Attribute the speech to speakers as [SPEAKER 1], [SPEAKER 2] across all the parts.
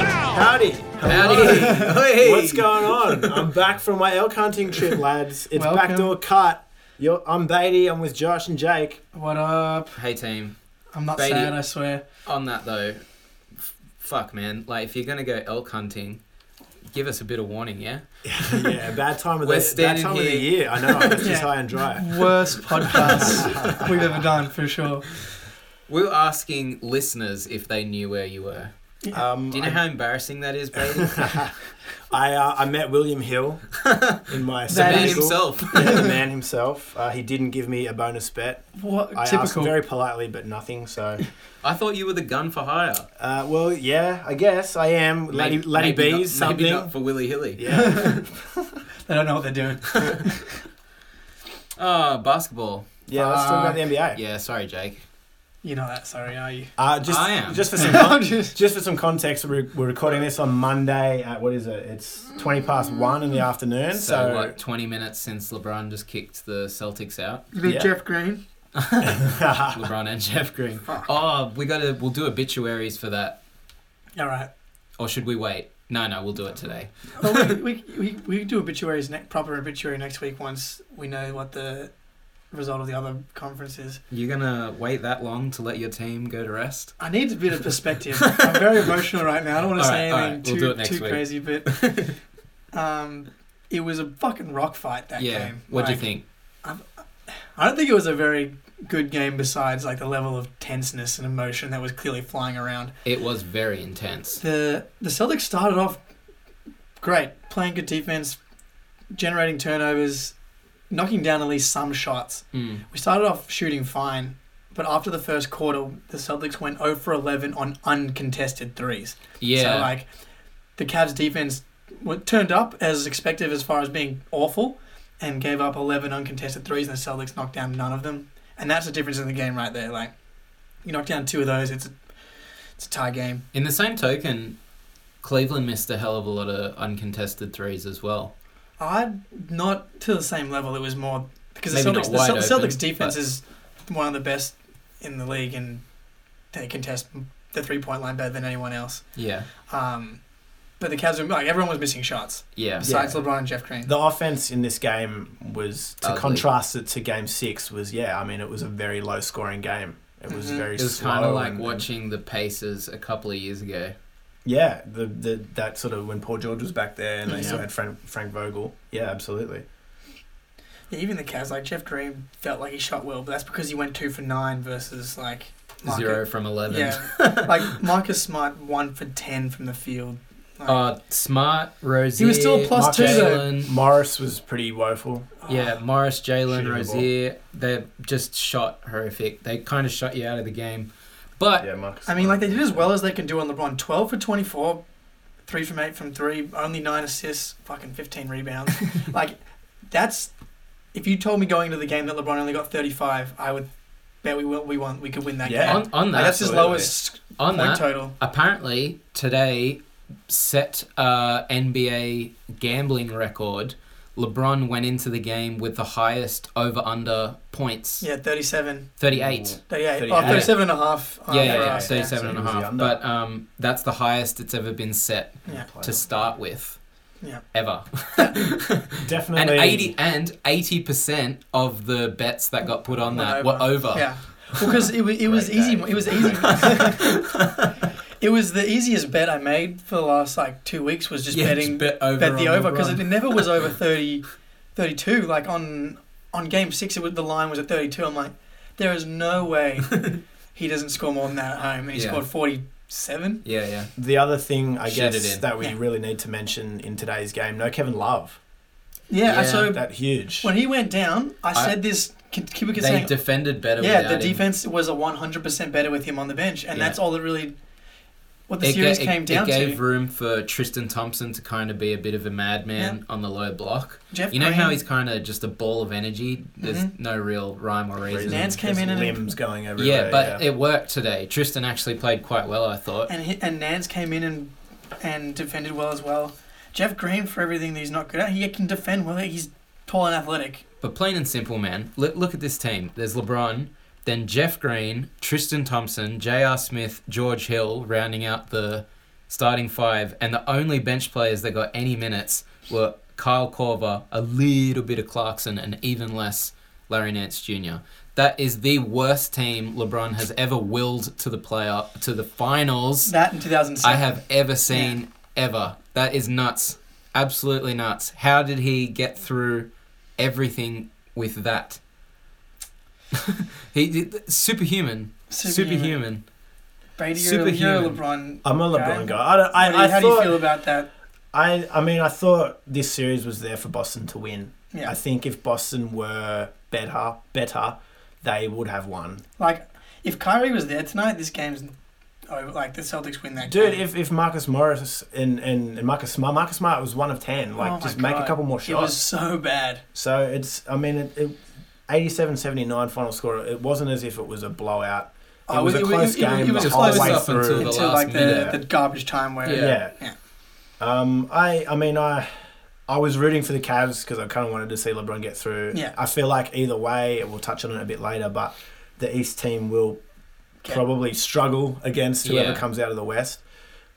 [SPEAKER 1] Howdy.
[SPEAKER 2] Howdy. Hey.
[SPEAKER 1] What's going on? I'm back from my elk hunting trip, lads. It's
[SPEAKER 3] Welcome.
[SPEAKER 1] backdoor cut. You're, I'm Beatty. I'm with Josh and Jake.
[SPEAKER 3] What up?
[SPEAKER 2] Hey team.
[SPEAKER 3] I'm not
[SPEAKER 2] Beatty.
[SPEAKER 3] sad, I swear.
[SPEAKER 2] On that though, f- fuck man. Like if you're gonna go elk hunting, give us a bit of warning, yeah.
[SPEAKER 1] Yeah, bad time of
[SPEAKER 2] We're
[SPEAKER 1] the bad
[SPEAKER 2] standing
[SPEAKER 1] time of the
[SPEAKER 2] here.
[SPEAKER 1] year. I know. It's just
[SPEAKER 3] Yeah.
[SPEAKER 1] high and dry.
[SPEAKER 3] Worst podcast we've ever done, for sure.
[SPEAKER 2] We were asking listeners if they knew where you were.
[SPEAKER 1] Um,
[SPEAKER 2] Do you know how embarrassing that is, Brady?
[SPEAKER 1] I uh, I met William Hill in my
[SPEAKER 3] The man
[SPEAKER 2] Man
[SPEAKER 1] sabbatical.
[SPEAKER 2] himself.
[SPEAKER 1] Yeah, the man himself. Uh, he didn't give me a bonus bet.
[SPEAKER 3] What
[SPEAKER 1] I asked
[SPEAKER 3] typical.
[SPEAKER 1] very politely, but nothing. So,
[SPEAKER 2] I thought you were the gun for hire.
[SPEAKER 1] uh, well, yeah, I guess I am. Laddie,
[SPEAKER 2] Maybe-
[SPEAKER 1] Laddie
[SPEAKER 2] maybe
[SPEAKER 1] Bees,
[SPEAKER 2] not-
[SPEAKER 1] something.
[SPEAKER 2] Maybe not for Willy Hilly.
[SPEAKER 1] Yeah.
[SPEAKER 3] They don't know what they're doing.
[SPEAKER 2] Oh, basketball.
[SPEAKER 1] Yeah, let's talk about the NBA.
[SPEAKER 2] Yeah, sorry, Jake.
[SPEAKER 3] You're not that sorry, are you?
[SPEAKER 1] Uh, just,
[SPEAKER 2] I am.
[SPEAKER 1] just for some
[SPEAKER 3] I'm just-
[SPEAKER 1] Just for some context, we're, we're recording this on Monday at what is it? It's 20 past 1 in the afternoon.
[SPEAKER 2] Mm. So,
[SPEAKER 1] So,
[SPEAKER 2] what, 20 minutes since LeBron just kicked the Celtics out?
[SPEAKER 3] you
[SPEAKER 1] mean Yeah. Jeff
[SPEAKER 3] Green?
[SPEAKER 2] LeBron and Jeff Green. Oh, we gotta. We'll do obituaries for that,
[SPEAKER 3] All right.
[SPEAKER 2] or should we wait? No, no, we'll do it today.
[SPEAKER 3] Well, we, we, we, we do obituaries, ne- proper obituary next week once we know what the result of the other conference is.
[SPEAKER 2] You're gonna wait that long to let your team go to rest?
[SPEAKER 3] I need a bit of perspective. I'm very emotional right now. I don't want to
[SPEAKER 2] All
[SPEAKER 3] say
[SPEAKER 2] right, all
[SPEAKER 3] anything
[SPEAKER 2] right. We'll do it
[SPEAKER 3] too,
[SPEAKER 2] next
[SPEAKER 3] too
[SPEAKER 2] week.
[SPEAKER 3] crazy, but um, it was a fucking rock fight that
[SPEAKER 2] yeah.
[SPEAKER 3] game.
[SPEAKER 2] What do you
[SPEAKER 3] Like,
[SPEAKER 2] think?
[SPEAKER 3] I don't think it was a very good game besides like the level of tenseness and emotion that was clearly flying around.
[SPEAKER 2] It was very intense.
[SPEAKER 3] The the Celtics started off great, playing good defense, generating turnovers, knocking down at least some shots.
[SPEAKER 2] Mm.
[SPEAKER 3] We started off shooting fine, but after the first quarter, the Celtics went 0 for 11 on uncontested threes.
[SPEAKER 2] Yeah.
[SPEAKER 3] So like the Cavs defense wa- turned up as expected as far as being awful and gave up 11 uncontested threes and the Celtics knocked down none of them. And that's the difference in the game right there. Like you knock down two of those, it's a, it's a tie game.
[SPEAKER 2] In the same token, Cleveland missed a hell of a lot of uncontested threes as well.
[SPEAKER 3] I not to the same level. It was more because the
[SPEAKER 2] Maybe not
[SPEAKER 3] Celtics, the
[SPEAKER 2] wide
[SPEAKER 3] Cel-
[SPEAKER 2] open,
[SPEAKER 3] Celtics defense
[SPEAKER 2] but-
[SPEAKER 3] is one of the best in the league and they contest the three point line better than anyone else.
[SPEAKER 2] Yeah.
[SPEAKER 3] Um, but the Cavs, were, like everyone was missing shots
[SPEAKER 2] Yeah.
[SPEAKER 3] besides
[SPEAKER 1] Yeah.
[SPEAKER 3] LeBron and Jeff Green.
[SPEAKER 1] the offense in this game was, to
[SPEAKER 2] Ugly.
[SPEAKER 1] contrast it to game six, was, yeah, I mean, it was a very low scoring game. It was
[SPEAKER 3] Mhm.
[SPEAKER 1] very
[SPEAKER 2] Mm-hmm. It was
[SPEAKER 1] slow
[SPEAKER 2] kind of like
[SPEAKER 1] and-
[SPEAKER 2] watching the Pacers a couple of years ago.
[SPEAKER 1] Yeah, the, the that sort of when Paul George was back there and they still
[SPEAKER 3] Yeah.
[SPEAKER 1] had Frank, Frank Vogel. Yeah, absolutely.
[SPEAKER 3] Yeah, even the Cavs, like Jeff Green felt like he shot well, but that's because he went two for nine versus like Marcus,
[SPEAKER 2] Zero from 11.
[SPEAKER 3] Yeah, like Marcus Smart one for ten from the field. Like,
[SPEAKER 2] Uh, smart, Rozier.
[SPEAKER 3] He was still a plus
[SPEAKER 1] two, though.
[SPEAKER 2] Jalen.
[SPEAKER 1] Morris was pretty woeful.
[SPEAKER 3] oh,
[SPEAKER 2] Yeah, Morris, Jalen,
[SPEAKER 1] Shootable.
[SPEAKER 2] Rozier, they just shot horrific. They kind of shot you out of the game. But
[SPEAKER 1] Yeah, Marcus.
[SPEAKER 3] I mean, like they did as well as they can do on LeBron. Twelve for twenty-four, three from eight from three, only nine assists, fucking fifteen rebounds. like that's if you told me going into the game that LeBron only got thirty-five, I would bet we will, we won we could win that
[SPEAKER 1] Yeah.
[SPEAKER 3] game.
[SPEAKER 2] on, on
[SPEAKER 3] Like,
[SPEAKER 2] that,
[SPEAKER 3] that's his
[SPEAKER 1] Absolutely.
[SPEAKER 3] lowest
[SPEAKER 2] on
[SPEAKER 3] point
[SPEAKER 2] that,
[SPEAKER 3] total.
[SPEAKER 2] apparently today set uh, NBA gambling record. LeBron went into the game with the highest over under points,
[SPEAKER 3] Yeah, 37,
[SPEAKER 2] 38.
[SPEAKER 3] 38.
[SPEAKER 1] 38.
[SPEAKER 3] Oh, 37 and a half. um,
[SPEAKER 2] Yeah,
[SPEAKER 3] for
[SPEAKER 2] yeah, yeah,
[SPEAKER 3] us,
[SPEAKER 2] 37
[SPEAKER 1] So
[SPEAKER 2] and a
[SPEAKER 1] he was the
[SPEAKER 2] half.
[SPEAKER 1] under.
[SPEAKER 2] But um, that's the highest it's ever been set
[SPEAKER 3] Yeah.
[SPEAKER 2] to start with.
[SPEAKER 3] Yeah.
[SPEAKER 2] Ever.
[SPEAKER 1] definitely
[SPEAKER 2] And 80 and 80% of the bets that got put on
[SPEAKER 3] Went
[SPEAKER 2] that
[SPEAKER 3] over.
[SPEAKER 2] were over.
[SPEAKER 3] Yeah, because it was it was
[SPEAKER 1] Great
[SPEAKER 3] easy.
[SPEAKER 1] day.
[SPEAKER 3] It was easy. it was the easiest bet I made for the last like two weeks was just
[SPEAKER 2] Yeah,
[SPEAKER 3] betting
[SPEAKER 2] bet over
[SPEAKER 3] bet the
[SPEAKER 2] on
[SPEAKER 3] over because
[SPEAKER 2] LeBron.
[SPEAKER 3] it never was over 30, 32. Like on on game six, it was, the line was at thirty two. I'm like, there is no way he doesn't score more than that at home, and he
[SPEAKER 2] Yeah.
[SPEAKER 3] scored forty seven.
[SPEAKER 2] Yeah, yeah.
[SPEAKER 1] The other thing I
[SPEAKER 2] Shit it
[SPEAKER 1] guess
[SPEAKER 2] in.
[SPEAKER 1] that we
[SPEAKER 3] Yeah.
[SPEAKER 1] really need to mention in today's game, no Kevin Love.
[SPEAKER 3] Yeah,
[SPEAKER 2] Yeah.
[SPEAKER 3] so
[SPEAKER 1] That huge.
[SPEAKER 3] when he went down, I,
[SPEAKER 2] I-
[SPEAKER 3] said this. Keep
[SPEAKER 2] They
[SPEAKER 3] saying,
[SPEAKER 2] defended better
[SPEAKER 3] yeah,
[SPEAKER 2] without
[SPEAKER 3] the
[SPEAKER 2] him.
[SPEAKER 3] defense was a one hundred percent better with him on the bench, and
[SPEAKER 2] Yeah.
[SPEAKER 3] that's all that really. What the
[SPEAKER 2] It ga-
[SPEAKER 3] series
[SPEAKER 2] it-
[SPEAKER 3] came down
[SPEAKER 2] it gave
[SPEAKER 3] to.
[SPEAKER 2] room for Tristan Thompson to kind of be a bit of a madman on the low block.
[SPEAKER 3] Jeff
[SPEAKER 2] You know
[SPEAKER 3] Green,
[SPEAKER 2] how he's kind of just a ball of energy. There's
[SPEAKER 3] Mhm.
[SPEAKER 2] no real rhyme or reason.
[SPEAKER 3] Nance came
[SPEAKER 1] His
[SPEAKER 3] in and-
[SPEAKER 1] limbs going everywhere.
[SPEAKER 2] yeah, but it worked today. Tristan actually played quite well, I thought.
[SPEAKER 3] and he, and Nance came in and and defended well as well. Jeff Green for everything that he's not good at, he can defend well. He's tall and athletic.
[SPEAKER 2] But plain and simple, man. Look, look at this team. There's LeBron, then Jeff Green, Tristan Thompson, J.R. Smith, George Hill, rounding out the starting five, and the only bench players that got any minutes were Kyle Corver, a little bit of Clarkson, and even less Larry Nance Jr. That is the worst team LeBron has ever willed to the playoff to the finals
[SPEAKER 3] That in 2007.
[SPEAKER 2] I have ever seen ever. That is nuts. Absolutely nuts. How did he get through everything with that? he did superhuman. Superhuman.
[SPEAKER 3] Brady, you're, you're a
[SPEAKER 2] Superhuman.
[SPEAKER 3] LeBron.
[SPEAKER 1] I'm a LeBron
[SPEAKER 3] Okay.
[SPEAKER 1] guy. I don't, I,
[SPEAKER 3] how do,
[SPEAKER 1] I
[SPEAKER 3] you, how do
[SPEAKER 1] thought,
[SPEAKER 3] you feel about that?
[SPEAKER 1] I, I mean, I thought this series was there for Boston to win. I
[SPEAKER 3] Yeah.
[SPEAKER 1] think if Boston were better, better, they would have won.
[SPEAKER 3] Like, if Kyrie was there tonight, this game's over. Like, the Celtics win that
[SPEAKER 1] Dude,
[SPEAKER 3] game.
[SPEAKER 1] if, if Marcus Morris and, and, and Marcus Smart, Marcus Smart was one of 10. Like,
[SPEAKER 3] Oh my
[SPEAKER 1] just make
[SPEAKER 3] God.
[SPEAKER 1] a couple more
[SPEAKER 3] It was
[SPEAKER 1] shots.
[SPEAKER 3] so bad.
[SPEAKER 1] So it's, I mean, it, it, 87 79 final score. It wasn't as if it was a blowout. It
[SPEAKER 3] Oh,
[SPEAKER 1] was a close game
[SPEAKER 3] It
[SPEAKER 1] the
[SPEAKER 3] was
[SPEAKER 1] whole
[SPEAKER 3] close
[SPEAKER 1] way
[SPEAKER 3] up
[SPEAKER 1] through.
[SPEAKER 2] until the
[SPEAKER 3] until,
[SPEAKER 2] last
[SPEAKER 3] like, the,
[SPEAKER 1] minute.
[SPEAKER 3] the garbage time where.
[SPEAKER 2] Yeah.
[SPEAKER 1] Yeah.
[SPEAKER 3] Yeah.
[SPEAKER 1] Um, I, I mean, I, I was rooting for the Cavs because I kind of wanted to see LeBron get through.
[SPEAKER 3] Yeah.
[SPEAKER 1] I feel like either way, we'll touch on it a bit later, but the East team will
[SPEAKER 3] Okay.
[SPEAKER 1] probably struggle against whoever
[SPEAKER 2] Yeah.
[SPEAKER 1] comes out of the West.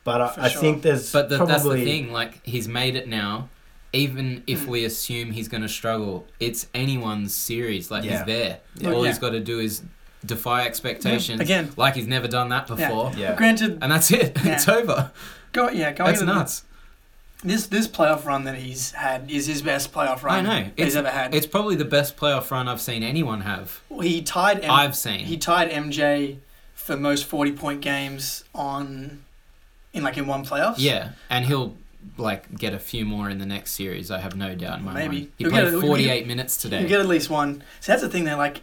[SPEAKER 1] But I,
[SPEAKER 3] For
[SPEAKER 1] I
[SPEAKER 3] sure.
[SPEAKER 1] think there's
[SPEAKER 2] But the,
[SPEAKER 1] probably
[SPEAKER 2] that's the thing. Like he's made it now. Even if
[SPEAKER 3] Mm.
[SPEAKER 2] we assume he's going to struggle, it's anyone's series. Like
[SPEAKER 1] Yeah.
[SPEAKER 2] he's there.
[SPEAKER 1] Yeah.
[SPEAKER 2] All
[SPEAKER 3] Yeah.
[SPEAKER 2] he's got to do is defy expectations.
[SPEAKER 3] Again.
[SPEAKER 2] like he's never done that before.
[SPEAKER 1] yeah.
[SPEAKER 3] Granted,
[SPEAKER 2] And that's it.
[SPEAKER 3] Yeah.
[SPEAKER 2] It's over.
[SPEAKER 3] go yeah, going
[SPEAKER 2] That's
[SPEAKER 3] into the-
[SPEAKER 2] nuts.
[SPEAKER 3] this this playoff run that he's had is his best playoff
[SPEAKER 2] I
[SPEAKER 3] run
[SPEAKER 2] know.
[SPEAKER 3] that he's
[SPEAKER 2] It's-
[SPEAKER 3] ever had.
[SPEAKER 2] It's probably the best playoff run I've seen anyone have.
[SPEAKER 3] he tied M-
[SPEAKER 2] I've seen.
[SPEAKER 3] he tied MJ for most forty point games on in like in one playoffs.
[SPEAKER 2] Yeah, and he'll like get a few more in the next series. I have no doubt in my
[SPEAKER 3] Maybe.
[SPEAKER 2] mind. He
[SPEAKER 3] He'll
[SPEAKER 2] played
[SPEAKER 3] get a-
[SPEAKER 2] 48 minutes today.
[SPEAKER 3] You get at least one. So that's the thing. They're like,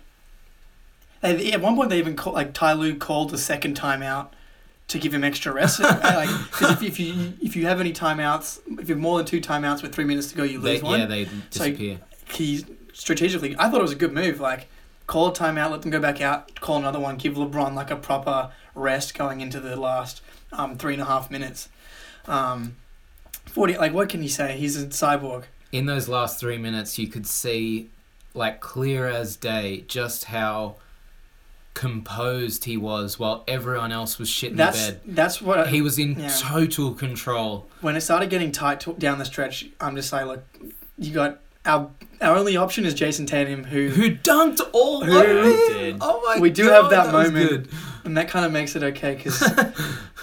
[SPEAKER 3] they, at one point they even call, like Ty Lue called a second timeout to give him extra rest. like, 'cause if, if you if you have any timeouts, if you have more than two timeouts with three minutes to go, you
[SPEAKER 2] they,
[SPEAKER 3] lose one.
[SPEAKER 2] yeah, they disappear.
[SPEAKER 3] he strategically, I thought it was a good move. Like, call a timeout, let them go back out, call another one, give LeBron like a proper rest going into the last um, three and a half minutes. Um, Forty, like, what can you say? He's a cyborg.
[SPEAKER 2] in those last three minutes, you could see, like clear as day, just how composed he was while everyone else was shit in
[SPEAKER 3] That's
[SPEAKER 2] the
[SPEAKER 3] that's what I,
[SPEAKER 2] bed. He was in
[SPEAKER 3] yeah.
[SPEAKER 2] total control.
[SPEAKER 3] when it started getting tight to, down the stretch. I'm just like, look, you got our our only option is Jason Tatum, who
[SPEAKER 2] Who dunked all
[SPEAKER 3] Who
[SPEAKER 2] over him?
[SPEAKER 1] did.
[SPEAKER 2] Oh my
[SPEAKER 3] We do
[SPEAKER 2] God,
[SPEAKER 3] have that
[SPEAKER 2] was
[SPEAKER 3] moment.
[SPEAKER 2] good.
[SPEAKER 3] and that kind of makes it okay because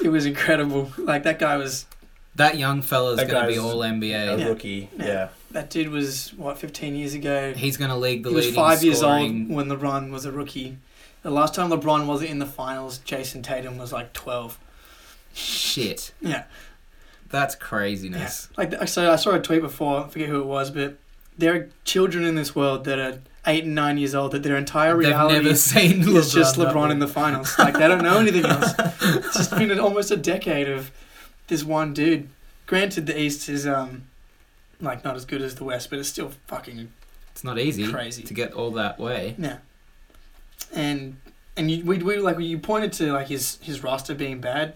[SPEAKER 3] it was incredible. Like that guy was
[SPEAKER 2] That young fella's
[SPEAKER 1] That
[SPEAKER 2] gonna be
[SPEAKER 1] guy's-
[SPEAKER 2] all
[SPEAKER 1] a
[SPEAKER 2] NBA.
[SPEAKER 3] Yeah.
[SPEAKER 1] rookie.
[SPEAKER 3] Yeah.
[SPEAKER 1] Yeah.
[SPEAKER 3] that dude was what 15 years ago.
[SPEAKER 2] He's gonna lead the
[SPEAKER 3] he was
[SPEAKER 2] leading
[SPEAKER 3] five years
[SPEAKER 2] scoring.
[SPEAKER 3] old when LeBron was a rookie. The last time LeBron wasn't in the finals, Jason Tatum was like 12.
[SPEAKER 2] Shit,
[SPEAKER 3] Yeah.
[SPEAKER 2] that's craziness.
[SPEAKER 3] Like, so I saw a tweet before, I forget who it was, but there are children in this world that are eight and nine years old that their entire
[SPEAKER 2] They've
[SPEAKER 3] reality
[SPEAKER 2] never seen LeBron.
[SPEAKER 3] is just
[SPEAKER 2] that
[SPEAKER 3] LeBron
[SPEAKER 2] way.
[SPEAKER 3] in the finals. Like, they don't know anything else. It's just been almost a decade of this one dude. Granted, the East is, um, like, not as good as the West, but it's still fucking
[SPEAKER 2] It's not easy
[SPEAKER 3] Crazy.
[SPEAKER 2] to get all that way.
[SPEAKER 3] Yeah. And and you we, we like you pointed to like his his roster being bad.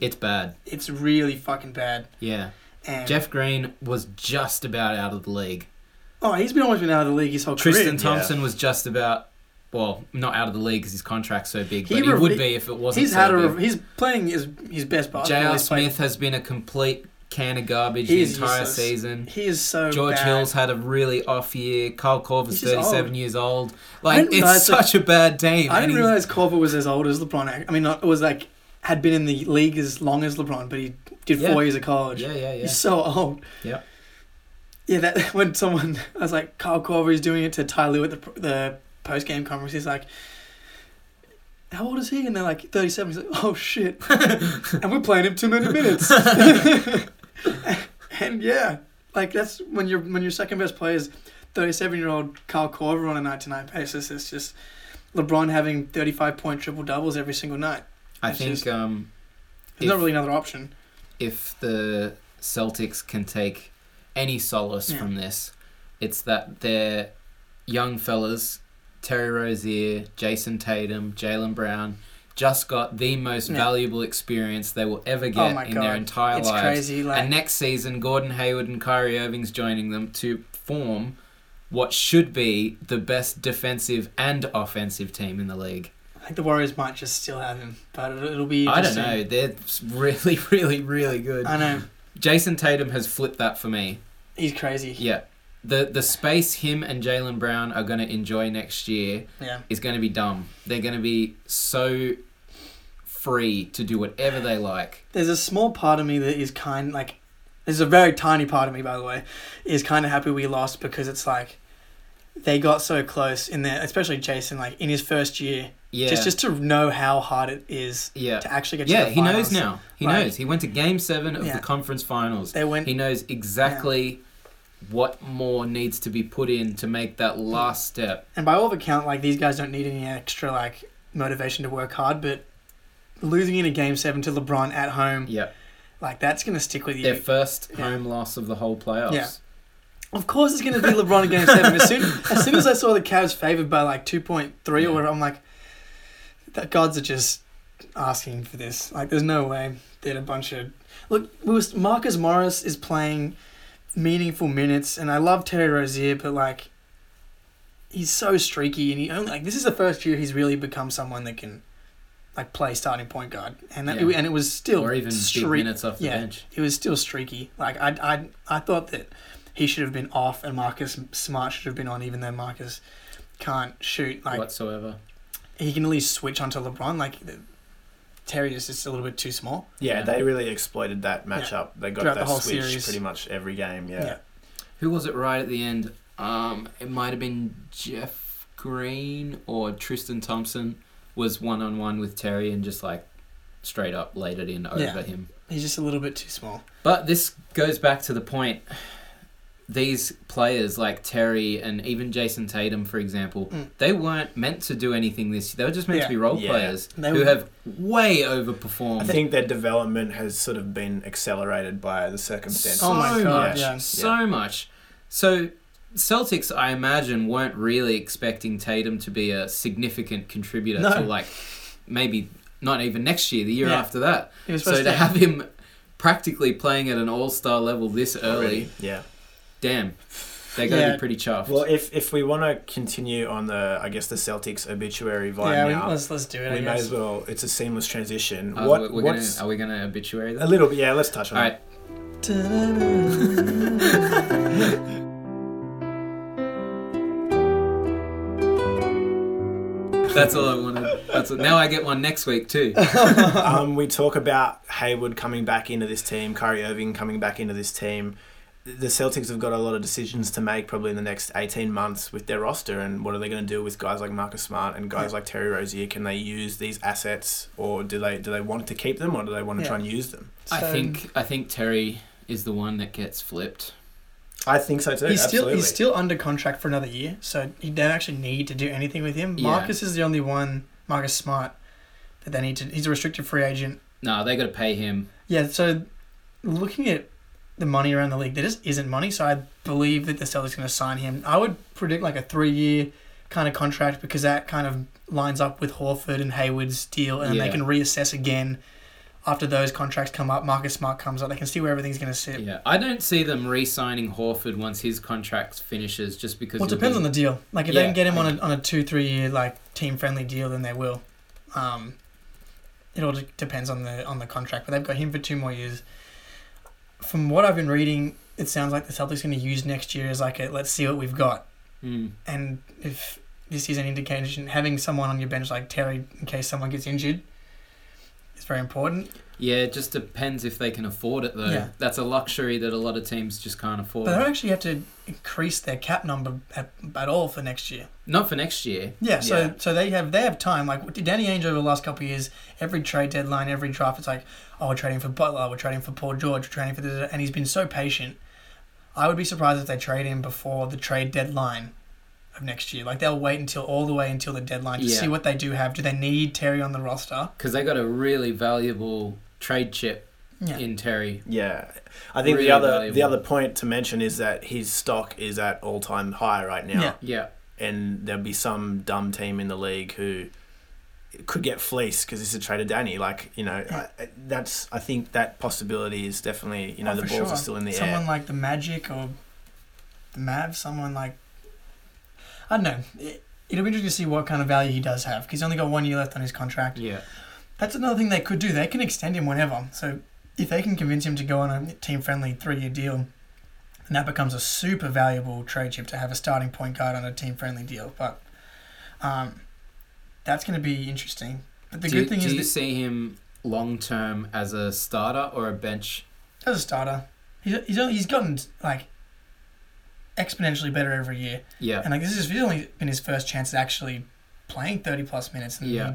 [SPEAKER 2] It's bad.
[SPEAKER 3] It's really fucking bad.
[SPEAKER 2] Yeah.
[SPEAKER 3] And
[SPEAKER 2] Jeff Green was just about out of the league.
[SPEAKER 3] oh, he's been almost been out of the league his whole
[SPEAKER 2] Tristan
[SPEAKER 3] career.
[SPEAKER 2] Thompson was just about, well, not out of the league because his contract's so big,
[SPEAKER 3] He
[SPEAKER 2] but he
[SPEAKER 3] re-
[SPEAKER 2] would be if it wasn't.
[SPEAKER 3] He's
[SPEAKER 2] so
[SPEAKER 3] had a
[SPEAKER 2] big.
[SPEAKER 3] he's playing his his best basketball.
[SPEAKER 2] J.R.
[SPEAKER 3] He's played-
[SPEAKER 2] Smith has been a complete can of garbage
[SPEAKER 3] He
[SPEAKER 2] the
[SPEAKER 3] is
[SPEAKER 2] entire
[SPEAKER 3] useless.
[SPEAKER 2] season.
[SPEAKER 3] He is so
[SPEAKER 2] George
[SPEAKER 3] bad.
[SPEAKER 2] Hill's had a really off year. Kyle Corver's
[SPEAKER 3] He's just
[SPEAKER 2] 37
[SPEAKER 3] old.
[SPEAKER 2] years old.
[SPEAKER 3] I
[SPEAKER 2] Like,
[SPEAKER 3] didn't
[SPEAKER 2] it's
[SPEAKER 3] realize that-
[SPEAKER 2] such a bad team.
[SPEAKER 3] I didn't
[SPEAKER 2] and he's-
[SPEAKER 3] realize Corver was as old as LeBron. ac- I mean, not, was like had been in the league as long as LeBron, but he did
[SPEAKER 2] Yeah.
[SPEAKER 3] four years of college.
[SPEAKER 2] Yeah, yeah, yeah.
[SPEAKER 3] He's so old.
[SPEAKER 2] Yep.
[SPEAKER 3] Yeah, that when someone I was like, Kyle Korver is doing it to Ty Lue at the the post game conference. He's like, "How old is he?" And they're like, "37." He's like, "Oh shit!" and we're playing him too many minutes. and yeah, like that's when your when your second best player is 37 year old Kyle Korver on a night to night basis. It's just LeBron having 35 point triple doubles every single night.
[SPEAKER 2] I
[SPEAKER 3] It's
[SPEAKER 2] think
[SPEAKER 3] just-
[SPEAKER 2] um,
[SPEAKER 3] There's not
[SPEAKER 2] If-
[SPEAKER 3] really another option.
[SPEAKER 2] if the Celtics can take any solace
[SPEAKER 3] Yeah.
[SPEAKER 2] from this, it's that their young fellas, Terry Rozier, Jason Tatum, Jalen Brown, just got the most
[SPEAKER 3] Yeah.
[SPEAKER 2] valuable experience they will ever
[SPEAKER 3] Oh
[SPEAKER 2] get
[SPEAKER 3] my
[SPEAKER 2] in
[SPEAKER 3] God.
[SPEAKER 2] their entire
[SPEAKER 3] It's
[SPEAKER 2] lives.
[SPEAKER 3] crazy. Like
[SPEAKER 2] and next season, Gordon Hayward and Kyrie Irving's joining them to form what should be the best defensive and offensive team in the league.
[SPEAKER 3] think the Warriors might just still have him, but it'll, it'll be.
[SPEAKER 2] I don't know.
[SPEAKER 3] interesting.
[SPEAKER 2] They're really, really, really good.
[SPEAKER 3] I know
[SPEAKER 2] Jason Tatum has flipped that for me.
[SPEAKER 3] he's crazy.
[SPEAKER 2] Yeah. The the space him and Jalen Brown are gonna enjoy next year
[SPEAKER 3] Yeah,
[SPEAKER 2] is gonna be dumb. They're gonna be so free to do whatever they like.
[SPEAKER 3] there's a small part of me that is kind like, there's a very tiny part of me, by the way, is kind of happy we lost because it's like, they got so close in there, especially Jason, like in his first year,
[SPEAKER 2] Yeah.
[SPEAKER 3] just just to know how hard it is
[SPEAKER 2] yeah.
[SPEAKER 3] to actually get.
[SPEAKER 2] Yeah,
[SPEAKER 3] to the
[SPEAKER 2] he knows
[SPEAKER 3] finals.
[SPEAKER 2] now. He
[SPEAKER 3] Like-
[SPEAKER 2] knows. He went to game seven of
[SPEAKER 3] Yeah.
[SPEAKER 2] the conference finals.
[SPEAKER 3] They went.
[SPEAKER 2] He knows exactly what more needs to be put in to make that last step.
[SPEAKER 3] And by all account, like these guys don't need any extra like motivation to work hard, but losing in a game seven to LeBron at home,
[SPEAKER 2] Yeah.
[SPEAKER 3] like that's gonna stick with you.
[SPEAKER 2] Their first
[SPEAKER 3] Yeah.
[SPEAKER 2] home loss of the whole playoffs.
[SPEAKER 3] Yeah. of course, it's gonna be LeBron in game seven. As soon as soon as I saw the Cavs favored by like two point three
[SPEAKER 2] Yeah.
[SPEAKER 3] or whatever, I'm like, the gods are just asking for this. Like, there's no way that a bunch of look. We was, Marcus Morris is playing meaningful minutes, and I love Terry Rozier, but like. He's so streaky, and he only like this is the first year he's really become someone that can, like, play starting point guard, and that,
[SPEAKER 2] Yeah.
[SPEAKER 3] and it was still
[SPEAKER 2] Or even big
[SPEAKER 3] streak-
[SPEAKER 2] minutes off the
[SPEAKER 3] yeah.
[SPEAKER 2] bench.
[SPEAKER 3] it was still streaky. Like I, I, I thought that he should have been off, and Marcus Smart should have been on, even though Marcus can't shoot. Like
[SPEAKER 2] whatsoever.
[SPEAKER 3] he can at least switch onto LeBron. Like the- Terry is just a little bit too small.
[SPEAKER 1] Yeah, they really exploited that matchup. They got
[SPEAKER 3] Throughout
[SPEAKER 1] that
[SPEAKER 3] the whole
[SPEAKER 1] switch
[SPEAKER 3] series.
[SPEAKER 1] pretty much every game. Yeah.
[SPEAKER 3] Yeah.
[SPEAKER 2] Who was it right at the end? Um, it might have been Jeff Green or Tristan Thompson was one on one with Terry and just like straight up laid it in over
[SPEAKER 3] Yeah.
[SPEAKER 2] him.
[SPEAKER 3] He's just a little bit too small.
[SPEAKER 2] But this goes back to the point. These players like Terry and even Jason Tatum, for example,
[SPEAKER 3] Mm.
[SPEAKER 2] they weren't meant to do anything this year. They were just meant
[SPEAKER 3] Yeah.
[SPEAKER 2] to be role
[SPEAKER 1] Yeah.
[SPEAKER 2] players
[SPEAKER 3] They
[SPEAKER 2] who
[SPEAKER 3] were-
[SPEAKER 2] have way
[SPEAKER 1] I
[SPEAKER 2] overperformed.
[SPEAKER 1] think their development has sort of been accelerated by the circumstances.
[SPEAKER 2] so
[SPEAKER 3] Oh my God,
[SPEAKER 2] much,
[SPEAKER 3] yeah.
[SPEAKER 2] so much. So Celtics, I imagine, weren't really expecting Tatum to be a significant contributor
[SPEAKER 3] No.
[SPEAKER 2] to like maybe not even next year, the year
[SPEAKER 3] Yeah.
[SPEAKER 2] after that.
[SPEAKER 3] He was
[SPEAKER 2] So
[SPEAKER 3] supposed
[SPEAKER 2] to
[SPEAKER 3] to.
[SPEAKER 2] have him practically playing at an All Star level this early,
[SPEAKER 1] Yeah.
[SPEAKER 2] damn, they're gonna
[SPEAKER 3] Yeah.
[SPEAKER 2] be pretty chuffed.
[SPEAKER 1] Well, if if we want to continue on the, I guess the Celtics obituary vibe
[SPEAKER 3] yeah, we,
[SPEAKER 1] now,
[SPEAKER 3] let's let's do it.
[SPEAKER 1] we
[SPEAKER 3] I
[SPEAKER 1] may
[SPEAKER 3] guess.
[SPEAKER 1] as well. It's a seamless transition.
[SPEAKER 2] Uh,
[SPEAKER 1] what
[SPEAKER 2] we're gonna,
[SPEAKER 1] what's
[SPEAKER 2] are we gonna obituary
[SPEAKER 1] a
[SPEAKER 2] that?
[SPEAKER 1] little bit? Yeah, let's touch on
[SPEAKER 2] All right, that's all I wanted. That's all. Now I get one next week too.
[SPEAKER 1] it. Um, we talk about Hayward coming back into this team, Curry Irving coming back into this team. The Celtics have got a lot of decisions to make probably in the next eighteen months with their roster, and what are they going to do with guys like Marcus Smart and guys
[SPEAKER 3] Yeah.
[SPEAKER 1] like Terry Rozier? Can they use these assets, or do they do they want to keep them, or do they want to
[SPEAKER 3] Yeah.
[SPEAKER 1] try and use them?
[SPEAKER 2] I
[SPEAKER 3] So-
[SPEAKER 2] think I think Terry is the one that gets flipped.
[SPEAKER 1] I think so too.
[SPEAKER 3] He's still
[SPEAKER 1] absolutely.
[SPEAKER 3] he's still under contract for another year, so you don't actually need to do anything with him.
[SPEAKER 2] Yeah.
[SPEAKER 3] Marcus is the only one, Marcus Smart, that they need to. He's a restricted free agent.
[SPEAKER 2] No, they got to pay him.
[SPEAKER 3] Yeah, so looking at the money around the league, there just isn't money. So I believe that the Celtics are going to sign him. I would predict like a three-year kind of contract because that kind of lines up with Horford and Hayward's deal, and
[SPEAKER 2] Yeah.
[SPEAKER 3] they can reassess again after those contracts come up. Marcus Smart comes up, they can see where everything's going to sit.
[SPEAKER 2] Yeah, I don't see them re-signing Horford once his contract finishes, just because.
[SPEAKER 3] Well, it
[SPEAKER 2] he'll
[SPEAKER 3] depends
[SPEAKER 2] be-
[SPEAKER 3] on the deal. Like if
[SPEAKER 2] Yeah,
[SPEAKER 3] they can get
[SPEAKER 2] I-
[SPEAKER 3] him on a on a two three year like team friendly deal, then they will. Um, it all de- depends on the on the contract, but they've got him for two more years. From what I've been reading, it sounds like the Celtics going to use next year as like a let's see what we've got,
[SPEAKER 2] Mm.
[SPEAKER 3] and if this is an indication, having someone on your bench like Terry in case someone gets injured is very important.
[SPEAKER 2] Yeah, it just depends if they can afford it though.
[SPEAKER 3] Yeah.
[SPEAKER 2] That's a luxury that a lot of teams just can't afford.
[SPEAKER 3] But they don't actually have to increase their cap number at, at all for next year.
[SPEAKER 2] Not for next year.
[SPEAKER 3] Yeah, so
[SPEAKER 1] Yeah.
[SPEAKER 3] so they have they have time. Like Danny Ainge over the last couple of years, every trade deadline, every draft, it's like, oh, we're trading for Butler, we're trading for Paul George, we're trading for this, and he's been so patient. I would be surprised if they trade him before the trade deadline of next year. Like they'll wait until all the way until the deadline to
[SPEAKER 2] Yeah.
[SPEAKER 3] see what they do have. Do they need Terry on the roster?
[SPEAKER 2] because they got a really valuable trade chip
[SPEAKER 3] Yeah.
[SPEAKER 2] in Terry.
[SPEAKER 1] Yeah, I think
[SPEAKER 2] Really
[SPEAKER 1] the other the
[SPEAKER 2] valuable.
[SPEAKER 1] other point to mention is that his stock is at all time high right now,
[SPEAKER 3] Yeah.
[SPEAKER 2] Yeah,
[SPEAKER 1] and there'll be some dumb team in the league who could get fleeced because it's a trade of Danny. Like you know,
[SPEAKER 3] Yeah.
[SPEAKER 1] I, that's I think that possibility is definitely you know
[SPEAKER 3] Oh,
[SPEAKER 1] the
[SPEAKER 3] for
[SPEAKER 1] balls are
[SPEAKER 3] sure.
[SPEAKER 1] still in the
[SPEAKER 3] someone
[SPEAKER 1] air.
[SPEAKER 3] like the Magic or the Mavs, someone like I don't know. It, It'll be interesting to see what kind of value he does have because he's only got one year left on his contract.
[SPEAKER 2] Yeah.
[SPEAKER 3] That's another thing they could do. They can extend him whenever. So if they can convince him to go on a team friendly three year deal, then that becomes a super valuable trade chip to have a starting point guard on a team friendly deal. But um, that's going to be interesting. But the
[SPEAKER 2] do
[SPEAKER 3] good
[SPEAKER 2] you,
[SPEAKER 3] thing
[SPEAKER 2] do
[SPEAKER 3] is
[SPEAKER 2] you
[SPEAKER 3] that
[SPEAKER 2] see him long term as a starter or a bench?
[SPEAKER 3] as a starter, he's, he's, only, he's gotten like exponentially better every year.
[SPEAKER 2] Yeah.
[SPEAKER 3] And like this has really been his first chance at actually playing thirty plus minutes. And
[SPEAKER 2] Yeah.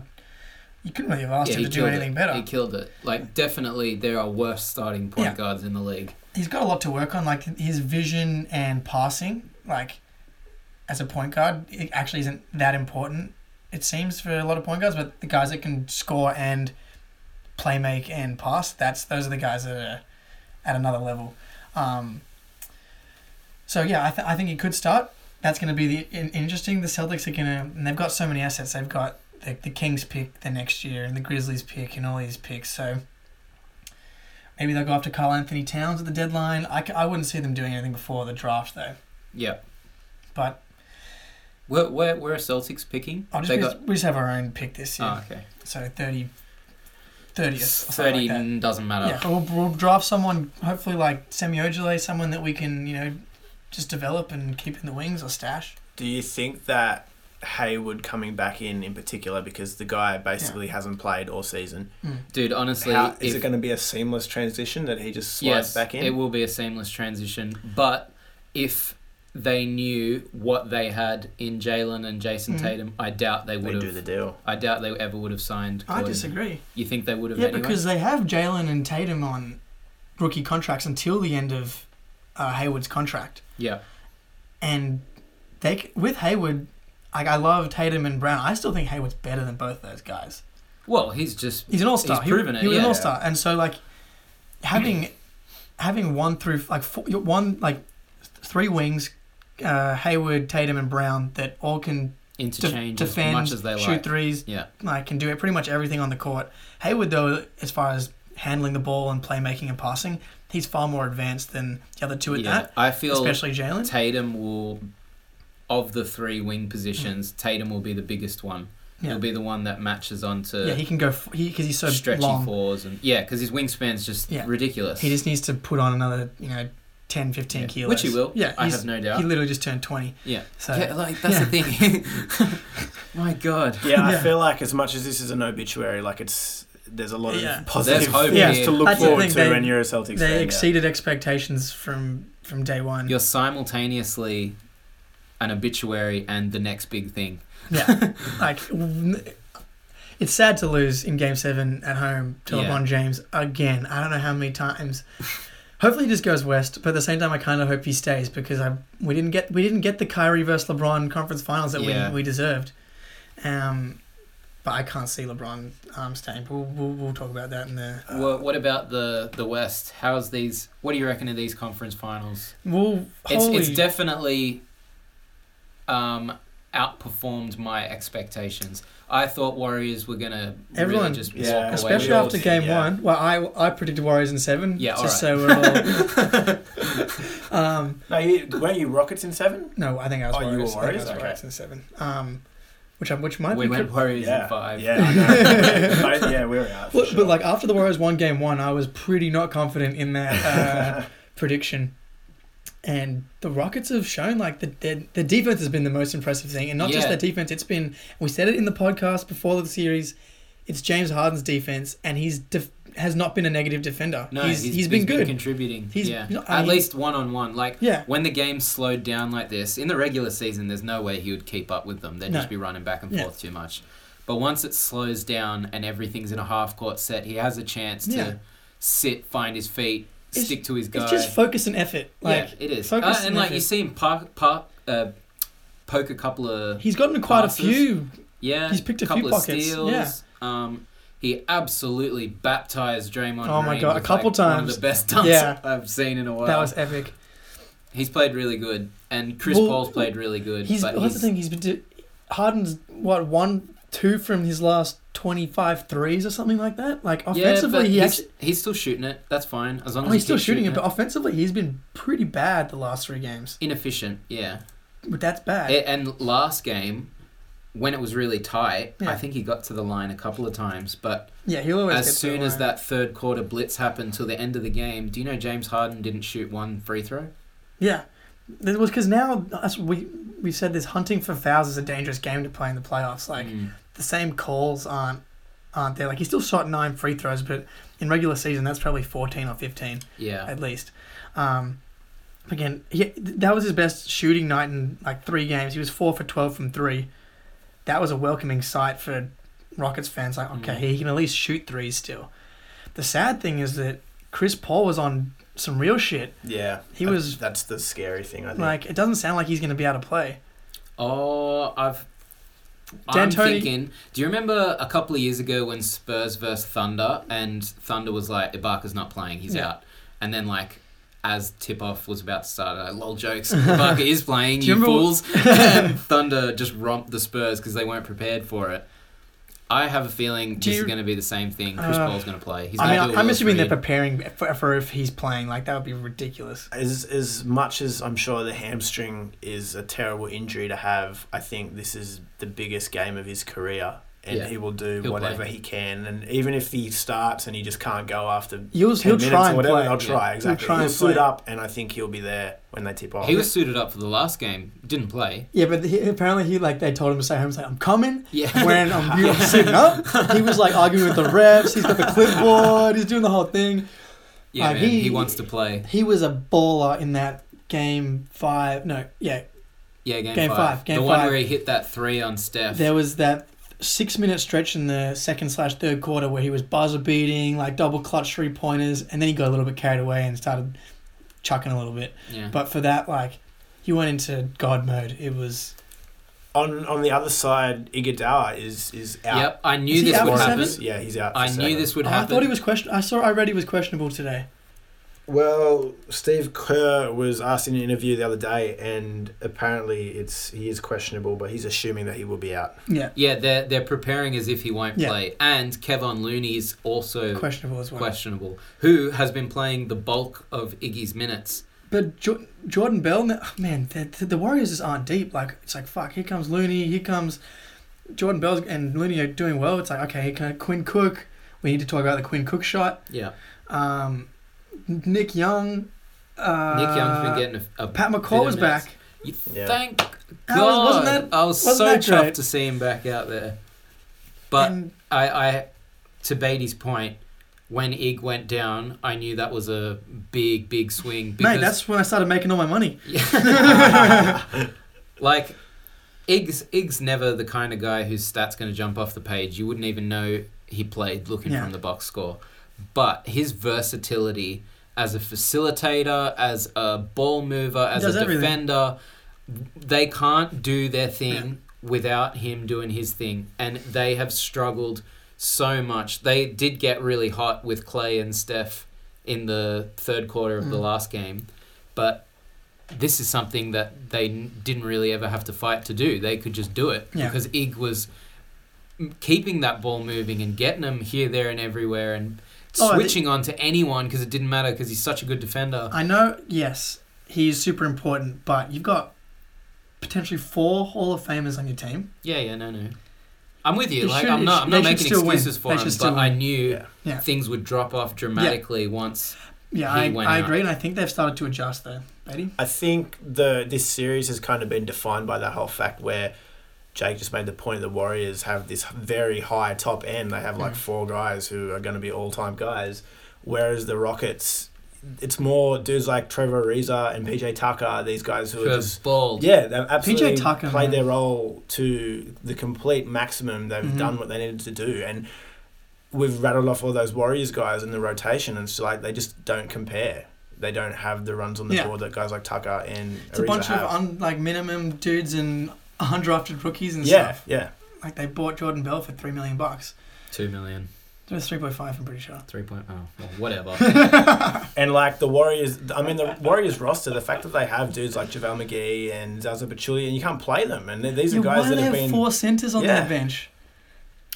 [SPEAKER 3] You couldn't really have asked
[SPEAKER 2] yeah,
[SPEAKER 3] him
[SPEAKER 2] he
[SPEAKER 3] to do
[SPEAKER 2] killed it.
[SPEAKER 3] anything better.
[SPEAKER 2] He killed it. Like definitely, there are worse starting point
[SPEAKER 3] Yeah.
[SPEAKER 2] guards in the league.
[SPEAKER 3] He's got a lot to work on, like his vision and passing. Like as a point guard, it actually isn't that important. It seems for a lot of point guards, but the guys that can score and play make and pass, that's those are the guys that are at another level. Um, so yeah, I, th- I think he could start. That's going to be the in- interesting. The Celtics are going to, and they've got so many assets. They've got the, the Kings pick the next year, and the Grizzlies pick, and all these picks. So maybe they'll go after Carl Anthony Towns at the deadline. I, c- I wouldn't see them doing anything before the draft though.
[SPEAKER 2] Yeah.
[SPEAKER 3] But
[SPEAKER 2] Where where where are Celtics picking?
[SPEAKER 3] I'll just,
[SPEAKER 2] they
[SPEAKER 3] we,
[SPEAKER 2] got.
[SPEAKER 3] just, we just have our own pick this year.
[SPEAKER 2] Oh, okay.
[SPEAKER 3] so 30, 30th, or something
[SPEAKER 2] Thirty
[SPEAKER 3] like that.
[SPEAKER 2] doesn't matter.
[SPEAKER 3] Yeah, we'll, we'll draft someone, hopefully like Semi Ojale, someone that we can, you know, just develop and keep in the wings or stash.
[SPEAKER 1] Do you think that Hayward coming back in, in particular, because the guy basically hasn't played all season,
[SPEAKER 2] Dude, honestly,
[SPEAKER 1] how, is
[SPEAKER 2] if-
[SPEAKER 1] it going to be a seamless transition that he just slides
[SPEAKER 2] yes,
[SPEAKER 1] back in?
[SPEAKER 2] it will be a seamless transition. But if they knew what they had in Jalen and Jason
[SPEAKER 3] Mm.
[SPEAKER 2] Tatum, I doubt they
[SPEAKER 1] they
[SPEAKER 2] would
[SPEAKER 1] do
[SPEAKER 2] have.
[SPEAKER 1] the deal.
[SPEAKER 2] I doubt they ever would have signed.
[SPEAKER 3] I
[SPEAKER 2] Clay.
[SPEAKER 3] disagree.
[SPEAKER 2] You think they would have?
[SPEAKER 3] Yeah,
[SPEAKER 2] anyway?
[SPEAKER 3] because they have Jalen and Tatum on rookie contracts until the end of uh, Hayward's contract,
[SPEAKER 2] yeah,
[SPEAKER 3] and they c- with Hayward, like I love Tatum and Brown. I still think Hayward's better than both those guys.
[SPEAKER 2] well, he's just
[SPEAKER 3] He's an all star.
[SPEAKER 2] He's proven it,
[SPEAKER 3] He was an
[SPEAKER 2] yeah.
[SPEAKER 3] all star, and so like having having one through like four, one like three wings, uh, Hayward, Tatum, and Brown that all can de-
[SPEAKER 2] interchange
[SPEAKER 3] defend,
[SPEAKER 2] as much as they
[SPEAKER 3] shoot
[SPEAKER 2] like.
[SPEAKER 3] threes,
[SPEAKER 2] Yeah,
[SPEAKER 3] like can do pretty much everything on the court. Hayward though, as far as handling the ball and playmaking and passing, he's far more advanced than the other two at
[SPEAKER 2] yeah.
[SPEAKER 3] that,
[SPEAKER 2] I feel
[SPEAKER 3] especially Jalen.
[SPEAKER 2] Tatum will, of the three wing positions, Tatum will be the biggest one.
[SPEAKER 3] Mm. Yeah.
[SPEAKER 2] He'll be the one that matches onto
[SPEAKER 3] Yeah, he can go f- he because he's so
[SPEAKER 2] stretchy
[SPEAKER 3] long.
[SPEAKER 2] fours and yeah, because his wingspan's just
[SPEAKER 3] Yeah.
[SPEAKER 2] ridiculous.
[SPEAKER 3] He just needs to put on another you know 10, 15
[SPEAKER 2] Yeah.
[SPEAKER 3] kilos,
[SPEAKER 2] Which he will.
[SPEAKER 3] Yeah,
[SPEAKER 2] I
[SPEAKER 3] he's-
[SPEAKER 2] have no doubt.
[SPEAKER 3] He literally just turned twenty.
[SPEAKER 2] yeah.
[SPEAKER 3] So
[SPEAKER 2] yeah, like that's the thing. My God.
[SPEAKER 1] Yeah, I
[SPEAKER 3] Yeah.
[SPEAKER 1] feel like as much as this is an obituary, like it's there's a lot of
[SPEAKER 3] Yeah.
[SPEAKER 1] positive
[SPEAKER 2] There's hope
[SPEAKER 1] things
[SPEAKER 2] here.
[SPEAKER 1] to look
[SPEAKER 3] That's the
[SPEAKER 1] forward
[SPEAKER 3] thing,
[SPEAKER 1] to
[SPEAKER 3] they-
[SPEAKER 1] when you're a Celtics fan.
[SPEAKER 3] they
[SPEAKER 1] yeah.
[SPEAKER 3] exceeded expectations from from day one.
[SPEAKER 2] You're simultaneously an obituary and the next big thing.
[SPEAKER 3] Yeah, like n- it's sad to lose in Game Seven at home to
[SPEAKER 2] Yeah.
[SPEAKER 3] LeBron James again. I don't know how many times. Hopefully, he just goes west. But at the same time, I kind of hope he stays because I we didn't get we didn't get the Kyrie versus LeBron conference finals that
[SPEAKER 2] Yeah.
[SPEAKER 3] we we deserved. Um, but I can't see LeBron um, staying. But we'll, we'll, we'll talk about that in the.
[SPEAKER 2] Wha what about the the West? How's these? What do you reckon of these conference finals?
[SPEAKER 3] We'll
[SPEAKER 2] It's
[SPEAKER 3] holy,
[SPEAKER 2] it's definitely um, outperformed my expectations. I thought Warriors were gonna
[SPEAKER 3] Everyone-
[SPEAKER 2] really just
[SPEAKER 1] Yeah.
[SPEAKER 2] walk away.
[SPEAKER 3] especially
[SPEAKER 1] we all
[SPEAKER 3] after
[SPEAKER 1] did,
[SPEAKER 3] Game
[SPEAKER 1] yeah.
[SPEAKER 3] One. Well, I I predicted Warriors in seven.
[SPEAKER 2] Yeah,
[SPEAKER 3] just
[SPEAKER 2] all
[SPEAKER 3] so we're all. um,
[SPEAKER 1] No, you, weren't you Rockets in seven?
[SPEAKER 3] No, I think I was
[SPEAKER 1] Oh, you were
[SPEAKER 3] Warriors. I think I
[SPEAKER 1] Warriors?
[SPEAKER 3] was
[SPEAKER 1] Okay.
[SPEAKER 3] Warriors in seven. Um, which I, which might
[SPEAKER 2] we
[SPEAKER 3] be.
[SPEAKER 2] went Warriors
[SPEAKER 1] Yeah,
[SPEAKER 2] in five.
[SPEAKER 1] yeah, I know. Both- yeah, we were out. for
[SPEAKER 3] Well,
[SPEAKER 1] sure.
[SPEAKER 3] But like after the Warriors won game one, I was pretty not confident in that uh, prediction. And the Rockets have shown like the, the the defense has been the most impressive thing, and not just
[SPEAKER 2] Yeah.
[SPEAKER 3] their defense. It's been we said it in the podcast before the series. It's James Harden's defense, and he's def- has not been a negative defender.
[SPEAKER 2] No,
[SPEAKER 3] he's, he's been good.
[SPEAKER 2] contributing.
[SPEAKER 3] He's-
[SPEAKER 2] yeah,
[SPEAKER 3] no,
[SPEAKER 2] at
[SPEAKER 3] I mean-
[SPEAKER 2] least one on one. Like
[SPEAKER 3] Yeah.
[SPEAKER 2] when the game slowed down like this in the regular season, there's no way he would keep up with them. They'd
[SPEAKER 3] No.
[SPEAKER 2] just be running back and
[SPEAKER 3] Yeah.
[SPEAKER 2] forth too much. But once it slows down and everything's in a half court set, he has a chance to
[SPEAKER 3] Yeah.
[SPEAKER 2] sit, find his feet,
[SPEAKER 3] It's-
[SPEAKER 2] stick to his guy.
[SPEAKER 3] It's just focus and effort. Like
[SPEAKER 2] yeah, it is.
[SPEAKER 3] focus
[SPEAKER 2] Uh,
[SPEAKER 3] and
[SPEAKER 2] and like you
[SPEAKER 3] effort.
[SPEAKER 2] see him park, park, uh, poke a couple of
[SPEAKER 3] he's gotten quite
[SPEAKER 2] Passes.
[SPEAKER 3] a few
[SPEAKER 2] yeah,
[SPEAKER 3] He's picked a few
[SPEAKER 2] couple of
[SPEAKER 3] pockets,
[SPEAKER 2] steals.
[SPEAKER 3] yeah.
[SPEAKER 2] Um, he absolutely baptized Draymond.
[SPEAKER 3] Oh my
[SPEAKER 2] Green
[SPEAKER 3] God, a
[SPEAKER 2] with,
[SPEAKER 3] couple
[SPEAKER 2] like, one of
[SPEAKER 3] times.
[SPEAKER 2] the best dunks
[SPEAKER 3] Yeah.
[SPEAKER 2] I've seen in a while.
[SPEAKER 3] That was epic.
[SPEAKER 2] He's played really good, and Chris
[SPEAKER 3] Well,
[SPEAKER 2] Paul's played really good.
[SPEAKER 3] He's
[SPEAKER 2] but
[SPEAKER 3] well, that's the thing. He's been do- Harden's what one two from his last 25 threes or something like that. Like offensively,
[SPEAKER 2] yeah, but
[SPEAKER 3] he
[SPEAKER 2] he's,
[SPEAKER 3] actually
[SPEAKER 2] he's still shooting it. That's fine as long
[SPEAKER 3] oh,
[SPEAKER 2] as
[SPEAKER 3] he's
[SPEAKER 2] he
[SPEAKER 3] still
[SPEAKER 2] keeps
[SPEAKER 3] shooting it,
[SPEAKER 2] it.
[SPEAKER 3] but offensively he's been pretty bad the last three games.
[SPEAKER 2] inefficient. Yeah,
[SPEAKER 3] But that's bad.
[SPEAKER 2] A- and last game, when it was really tight,
[SPEAKER 3] Yeah.
[SPEAKER 2] I think he got to the line a couple of times. But
[SPEAKER 3] Yeah, he'll always. get
[SPEAKER 2] as
[SPEAKER 3] to
[SPEAKER 2] soon
[SPEAKER 3] the
[SPEAKER 2] as
[SPEAKER 3] line.
[SPEAKER 2] that third quarter blitz happened till the end of the game, do you know James Harden didn't shoot one free throw?
[SPEAKER 3] Yeah, it was because now us we we said this hunting for fouls is a dangerous game to play in the playoffs. Like
[SPEAKER 2] Mm.
[SPEAKER 3] the same calls aren't aren't there. Like he still shot nine free throws, but in regular season that's probably fourteen or fifteen
[SPEAKER 2] yeah,
[SPEAKER 3] at least. Um, again, he, th- that was his best shooting night in like three games. He was four for twelve from three. That was a welcoming sight for Rockets fans. Like, okay,
[SPEAKER 1] Mm.
[SPEAKER 2] Mhm.
[SPEAKER 3] he can at least shoot threes still. The sad thing is that Chris Paul was on some real shit.
[SPEAKER 1] Yeah,
[SPEAKER 3] He
[SPEAKER 1] That-
[SPEAKER 3] was-
[SPEAKER 1] That's the scary thing. I think.
[SPEAKER 3] Like, it doesn't sound like he's going to be able to play.
[SPEAKER 2] Oh, I've. I'm
[SPEAKER 3] D'Antoni-
[SPEAKER 2] thinking. Do you remember a couple of years ago when Spurs versus Thunder and Thunder was like Ibaka's not playing, he's
[SPEAKER 3] Yeah.
[SPEAKER 2] out, and then like as tip off was about to start, uh, lol jokes. Ibaka is playing,
[SPEAKER 3] Do you
[SPEAKER 2] you,
[SPEAKER 3] remember-
[SPEAKER 2] fools! and Thunder just romped the Spurs because they weren't prepared for it. I have a feeling
[SPEAKER 3] Do
[SPEAKER 2] this
[SPEAKER 3] you-
[SPEAKER 2] is going to be the same thing. Chris
[SPEAKER 3] Uh,
[SPEAKER 2] Paul's going to play. He's
[SPEAKER 3] I
[SPEAKER 2] gonna
[SPEAKER 3] mean,
[SPEAKER 2] do a
[SPEAKER 3] I'm
[SPEAKER 2] Will
[SPEAKER 3] assuming they're
[SPEAKER 2] Reed.
[SPEAKER 3] preparing for, for if he's playing. Like, that would be ridiculous.
[SPEAKER 1] as as much as I'm sure the hamstring is a terrible injury to have, I think this is the biggest game of his career, and
[SPEAKER 2] Yeah.
[SPEAKER 1] he will do
[SPEAKER 2] He'll play.
[SPEAKER 1] whatever he can. And even if he starts and he just can't go after ten
[SPEAKER 3] You'll, he'll
[SPEAKER 1] minutes
[SPEAKER 3] try
[SPEAKER 1] or
[SPEAKER 3] and
[SPEAKER 1] whatever,
[SPEAKER 3] play.
[SPEAKER 1] I'll try exactly.
[SPEAKER 3] try
[SPEAKER 1] He'll,
[SPEAKER 3] and
[SPEAKER 1] suit
[SPEAKER 3] play.
[SPEAKER 1] up, and I think he'll be there when they tip off.
[SPEAKER 3] Oh,
[SPEAKER 2] He was suited up for the last game, didn't play.
[SPEAKER 3] Yeah, but he, apparently he, like, they told him to stay home. He's like, I'm coming.
[SPEAKER 2] Yeah.
[SPEAKER 3] When I'm you know, sitting up, he was, like, arguing with the refs. He's got the clipboard. He's doing the whole thing.
[SPEAKER 2] Yeah,
[SPEAKER 3] Like,
[SPEAKER 2] man, he,
[SPEAKER 3] he-
[SPEAKER 2] wants to play.
[SPEAKER 3] He was a baller in that game five. No, yeah.
[SPEAKER 2] Yeah, game,
[SPEAKER 3] Game
[SPEAKER 2] five.
[SPEAKER 3] five, game
[SPEAKER 2] the one
[SPEAKER 3] five.
[SPEAKER 2] where he hit that three on Steph.
[SPEAKER 3] There was that six-minute stretch in the second slash third quarter where he was buzzer beating, like, double clutch three-pointers. And then he got a little bit carried away and started chucking a little bit.
[SPEAKER 2] yeah.
[SPEAKER 3] But for that, like, he went into God mode. It was
[SPEAKER 1] on on the other side, Iguodala is is out.
[SPEAKER 2] Yep, I
[SPEAKER 3] Is
[SPEAKER 2] knew
[SPEAKER 3] he
[SPEAKER 2] this
[SPEAKER 3] out
[SPEAKER 2] would
[SPEAKER 3] for
[SPEAKER 2] happen.
[SPEAKER 3] seven?
[SPEAKER 1] Yeah, he's out. for
[SPEAKER 2] I knew
[SPEAKER 1] seven.
[SPEAKER 2] this would
[SPEAKER 3] I
[SPEAKER 2] happen.
[SPEAKER 3] thought he was question. I saw. I read he was questionable today.
[SPEAKER 1] Well, Steve Kerr was asked in an interview the other day, and apparently it's he is questionable, but he's assuming that he will be out.
[SPEAKER 3] Yeah,
[SPEAKER 2] Yeah, they're they're preparing as if he won't
[SPEAKER 3] Yeah.
[SPEAKER 2] play, and Kevon Looney is also
[SPEAKER 3] questionable as well.
[SPEAKER 2] questionable, who has been playing the bulk of Iggy's minutes.
[SPEAKER 3] But jo- Jordan Bell, no- oh, man, the, the- the Warriors just aren't deep. Like it's like fuck. Here comes Looney. Here comes Jordan Bell and Looney are doing well. It's like okay, here come Quinn Cook. We need to talk about the Quinn Cook shot.
[SPEAKER 2] Yeah,
[SPEAKER 3] Um, Nick Young. Uh,
[SPEAKER 2] Nick Young's been getting a, a
[SPEAKER 3] Pat
[SPEAKER 2] bit
[SPEAKER 3] McCall
[SPEAKER 2] of
[SPEAKER 3] was
[SPEAKER 2] minutes.
[SPEAKER 3] back.
[SPEAKER 2] You-
[SPEAKER 1] Yeah.
[SPEAKER 2] Thank
[SPEAKER 3] That
[SPEAKER 2] God,
[SPEAKER 3] was- wasn't that-
[SPEAKER 2] I was
[SPEAKER 3] wasn't
[SPEAKER 2] so
[SPEAKER 3] that
[SPEAKER 2] chuffed
[SPEAKER 3] great?
[SPEAKER 2] to see him back out there. But
[SPEAKER 3] and
[SPEAKER 2] I, I, to Beatty's point, when Ig went down, I knew that was a big, big swing.
[SPEAKER 3] mate, that's when I started making all my money.
[SPEAKER 2] like Iggs Iggs never the kind of guy whose stats going to jump off the page. You wouldn't even know he played looking
[SPEAKER 3] Yeah.
[SPEAKER 2] from the box score. But his versatility as a facilitator, as a ball mover, as
[SPEAKER 3] does
[SPEAKER 2] a
[SPEAKER 3] everything.
[SPEAKER 2] defender, they can't do their thing without him doing his thing and they have struggled so much. They did get really hot with Clay and Steph in the third quarter of the
[SPEAKER 3] Mm.
[SPEAKER 2] last game, but this is something that they n- didn't really ever have to fight to do. They could just do it
[SPEAKER 3] Yeah.
[SPEAKER 2] because Ig was m- keeping that ball moving and getting them here, there, and everywhere, and
[SPEAKER 3] Oh, I thi- Uh,
[SPEAKER 2] switching on to anyone because it didn't matter because he's such a good defender.
[SPEAKER 3] I know, yes, he is super important, but you've got potentially four Hall of Famers on your team.
[SPEAKER 2] Yeah, yeah, no, no. I'm with you.
[SPEAKER 3] It
[SPEAKER 2] like
[SPEAKER 3] should-
[SPEAKER 2] I'm
[SPEAKER 3] it
[SPEAKER 2] not.
[SPEAKER 3] sh-
[SPEAKER 2] I'm
[SPEAKER 3] they
[SPEAKER 2] not
[SPEAKER 3] should
[SPEAKER 2] making
[SPEAKER 3] still win.
[SPEAKER 2] excuses for
[SPEAKER 3] They
[SPEAKER 2] him,
[SPEAKER 3] should
[SPEAKER 2] but
[SPEAKER 3] still
[SPEAKER 2] I
[SPEAKER 3] win.
[SPEAKER 2] knew
[SPEAKER 1] Yeah.
[SPEAKER 3] Yeah.
[SPEAKER 2] things would drop off dramatically once.
[SPEAKER 3] Yeah,
[SPEAKER 2] He
[SPEAKER 3] I,
[SPEAKER 2] went
[SPEAKER 3] I
[SPEAKER 2] out.
[SPEAKER 3] agree, and I think they've started to adjust though, Beatty.
[SPEAKER 1] I think the this series has kind of been defined by that whole fact where Jake just made the point the Warriors have this very high top end. They have like
[SPEAKER 3] Mm.
[SPEAKER 1] four guys who are going to be all time guys, whereas the Rockets, it's more dudes like Trevor Ariza and PJ Tucker. These guys who
[SPEAKER 2] Who
[SPEAKER 1] are
[SPEAKER 2] have
[SPEAKER 1] just
[SPEAKER 2] balled.
[SPEAKER 1] Yeah, they've absolutely
[SPEAKER 3] Tucker,
[SPEAKER 1] played
[SPEAKER 3] man.
[SPEAKER 1] their role to the complete maximum. They've
[SPEAKER 3] Mhm.
[SPEAKER 1] done what they needed to do, and we've rattled off all those Warriors guys in the rotation, and it's like they just don't compare. They don't have the runs on the
[SPEAKER 3] Yeah.
[SPEAKER 1] board that guys like Tucker and
[SPEAKER 3] It's a
[SPEAKER 1] Ariza
[SPEAKER 3] bunch
[SPEAKER 1] have.
[SPEAKER 3] of un, like minimum dudes and undrafted rookies and
[SPEAKER 1] yeah,
[SPEAKER 3] stuff.
[SPEAKER 1] yeah.
[SPEAKER 3] Like they bought Jordan Bell for three million bucks.
[SPEAKER 2] Two million.
[SPEAKER 3] It was three point five, I'm pretty sure.
[SPEAKER 2] Three point. Oh, well, whatever.
[SPEAKER 1] And like the Warriors, I mean the Warriors roster, the fact that they have dudes like JaVale McGee and Zaza Pachulia, and you can't play them, and th- these
[SPEAKER 3] Yeah,
[SPEAKER 1] are guys
[SPEAKER 3] why do
[SPEAKER 1] that
[SPEAKER 3] they
[SPEAKER 1] have
[SPEAKER 3] have
[SPEAKER 1] been.
[SPEAKER 3] four centers on
[SPEAKER 1] Yeah.
[SPEAKER 3] their bench?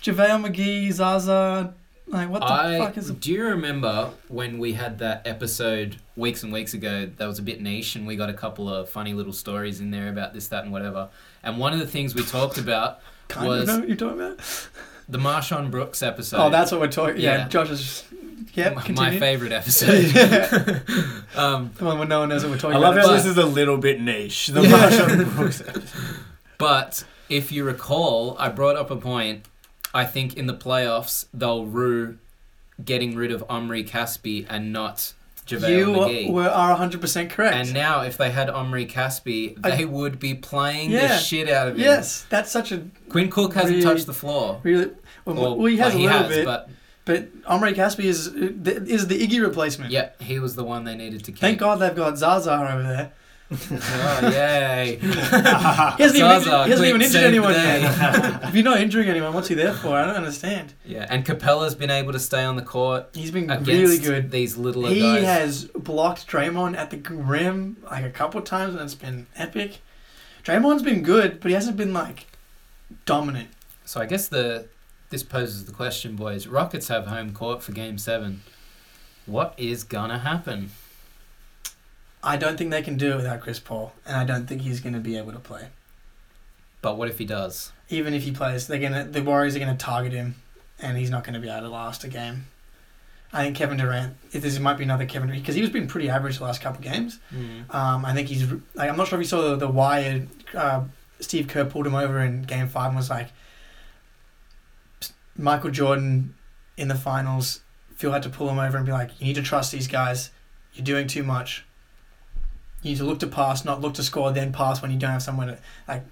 [SPEAKER 3] JaVale McGee, Zaza, like what the
[SPEAKER 2] I
[SPEAKER 3] fuck is? A,
[SPEAKER 2] do you remember when we had that episode weeks and weeks ago that was a bit niche and we got a couple of funny little stories in there about this, that, and whatever. And one of the things we talked about
[SPEAKER 3] kind
[SPEAKER 2] was-
[SPEAKER 3] of know what you're talking about.
[SPEAKER 2] the Marshawn Brooks episode.
[SPEAKER 3] oh, that's what we're talking. Yeah,
[SPEAKER 2] Yeah.
[SPEAKER 3] Josh is. Yeah,
[SPEAKER 2] my, my
[SPEAKER 3] continue.
[SPEAKER 2] favorite episode. um,
[SPEAKER 3] the one where no one knows what we're talking
[SPEAKER 1] I love
[SPEAKER 3] about.
[SPEAKER 1] how
[SPEAKER 2] But-
[SPEAKER 1] this is a little bit niche. The
[SPEAKER 3] Yeah.
[SPEAKER 1] Marshawn Brooks episode.
[SPEAKER 2] But if you recall, I brought up a point. I think in the playoffs they'll rue getting rid of Omri Caspi and not JaVale McGee.
[SPEAKER 3] you were, are 100% correct.
[SPEAKER 2] and now if they had Omri Caspi,
[SPEAKER 3] I-
[SPEAKER 2] they would be playing the
[SPEAKER 3] Yeah.
[SPEAKER 2] shit out of him.
[SPEAKER 3] yes, that's such a
[SPEAKER 2] Quinn Cook hasn't
[SPEAKER 3] Really-
[SPEAKER 2] touched the floor.
[SPEAKER 3] really. Well,
[SPEAKER 2] Or-
[SPEAKER 3] well, he has
[SPEAKER 2] well,
[SPEAKER 3] a little bit, but,
[SPEAKER 2] but
[SPEAKER 3] Omri Caspi is is the Iggy replacement.
[SPEAKER 2] yeah, he was the one they needed to keep.
[SPEAKER 3] Thank God they've got Zaza over there.
[SPEAKER 2] Oh, yay.
[SPEAKER 3] He hasn't even,
[SPEAKER 2] Ah, Zaza,
[SPEAKER 3] injured- he hasn't
[SPEAKER 2] quick,
[SPEAKER 3] even injured
[SPEAKER 2] save
[SPEAKER 3] anyone
[SPEAKER 2] the day.
[SPEAKER 3] yet. if you're not injuring anyone, what's he there for? I don't understand.
[SPEAKER 2] yeah, and Capella's been able to stay on the court
[SPEAKER 3] He's been
[SPEAKER 2] against
[SPEAKER 3] really good.
[SPEAKER 2] these little
[SPEAKER 3] He
[SPEAKER 2] guys.
[SPEAKER 3] has blocked Draymond at the rim like a couple times, and it's been epic. Draymond's been good, but he hasn't been like dominant.
[SPEAKER 2] So I guess the this poses the question, boys. Rockets have home court for Game Seven. What is gonna happen?
[SPEAKER 3] I don't think they can do it without Chris Paul, and I don't think he's going to be able to play.
[SPEAKER 2] But what if he does?
[SPEAKER 3] Even if he plays, they're gonna the Warriors are going to target him, and he's not going to be able to last a game. I think Kevin Durant. If this might be another Kevin because he was been pretty average the last couple games. Um, I think he's. Like, I'm not sure if you saw the, the wire. Uh, Steve Kerr pulled him over in Game Five and was like, Michael Jordan in the finals. Phil had to pull him over and be like, "You need to trust these guys. You're doing too much. You need to look to pass, not look to score, then pass when you don't have someone to like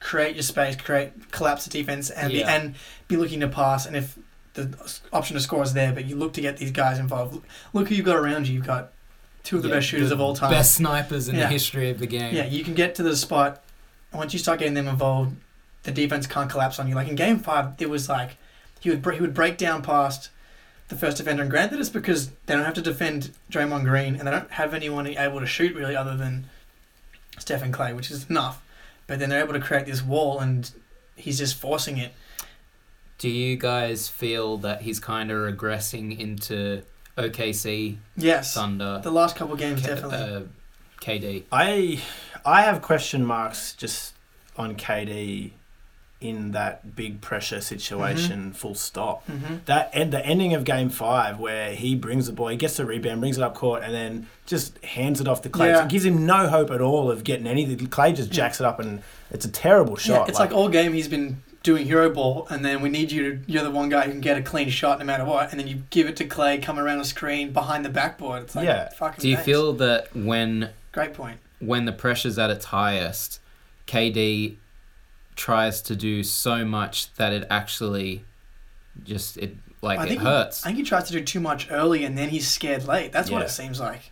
[SPEAKER 3] create your space, create collapse the defense, and
[SPEAKER 2] Yeah.
[SPEAKER 3] be, and be looking to pass. And if the option to score is there, but you look to get these guys involved. Look, look who you've got around you. You've got two of the
[SPEAKER 2] Yeah,
[SPEAKER 3] best shooters
[SPEAKER 2] the
[SPEAKER 3] of all time.
[SPEAKER 2] Best snipers in the
[SPEAKER 3] Yeah.
[SPEAKER 2] history of the game.
[SPEAKER 3] Yeah, you can get to the spot. and Once you start getting them involved, the defense can't collapse on you. Like in game five, it was like he would bre- he would break down past the first defender, and granted, it's because they don't have to defend Draymond Green, and they don't have anyone able to shoot really other than Stephen Clay, which is enough. But then they're able to create this wall, and he's just forcing it.
[SPEAKER 2] Do you guys feel that he's kind of regressing into OKC
[SPEAKER 3] Yes,
[SPEAKER 2] Thunder?
[SPEAKER 3] the last couple games
[SPEAKER 2] K-
[SPEAKER 3] definitely.
[SPEAKER 2] uh, KD.
[SPEAKER 1] I I have question marks just on KD in that big pressure
[SPEAKER 3] Mm-hmm.
[SPEAKER 1] situation. Full stop.
[SPEAKER 3] hmm
[SPEAKER 1] That and the ending of Game Five where he brings the ball, he gets the rebound, brings it up court, and then just hands it off to Clay. So
[SPEAKER 3] Yeah.
[SPEAKER 1] it gives him no hope at all of getting anything. Clay just jacks it up, and it's a terrible shot.
[SPEAKER 3] Yeah, it's like, all game he's been doing hero ball, and then we need you to. You're the one guy who can get a clean shot no matter what, and then you give it to Clay, come around a screen behind the backboard. It's like,
[SPEAKER 1] Yeah.
[SPEAKER 3] fucking.
[SPEAKER 2] Do you
[SPEAKER 3] thanks.
[SPEAKER 2] feel that when
[SPEAKER 3] Great point.
[SPEAKER 2] when the pressure's at its highest, KD tries to do so much that it actually just it like
[SPEAKER 3] I
[SPEAKER 2] it
[SPEAKER 3] think he-
[SPEAKER 2] hurts.
[SPEAKER 3] I think he tries to do too much early, and then he's scared late. That's what
[SPEAKER 1] Yeah.
[SPEAKER 3] it seems like.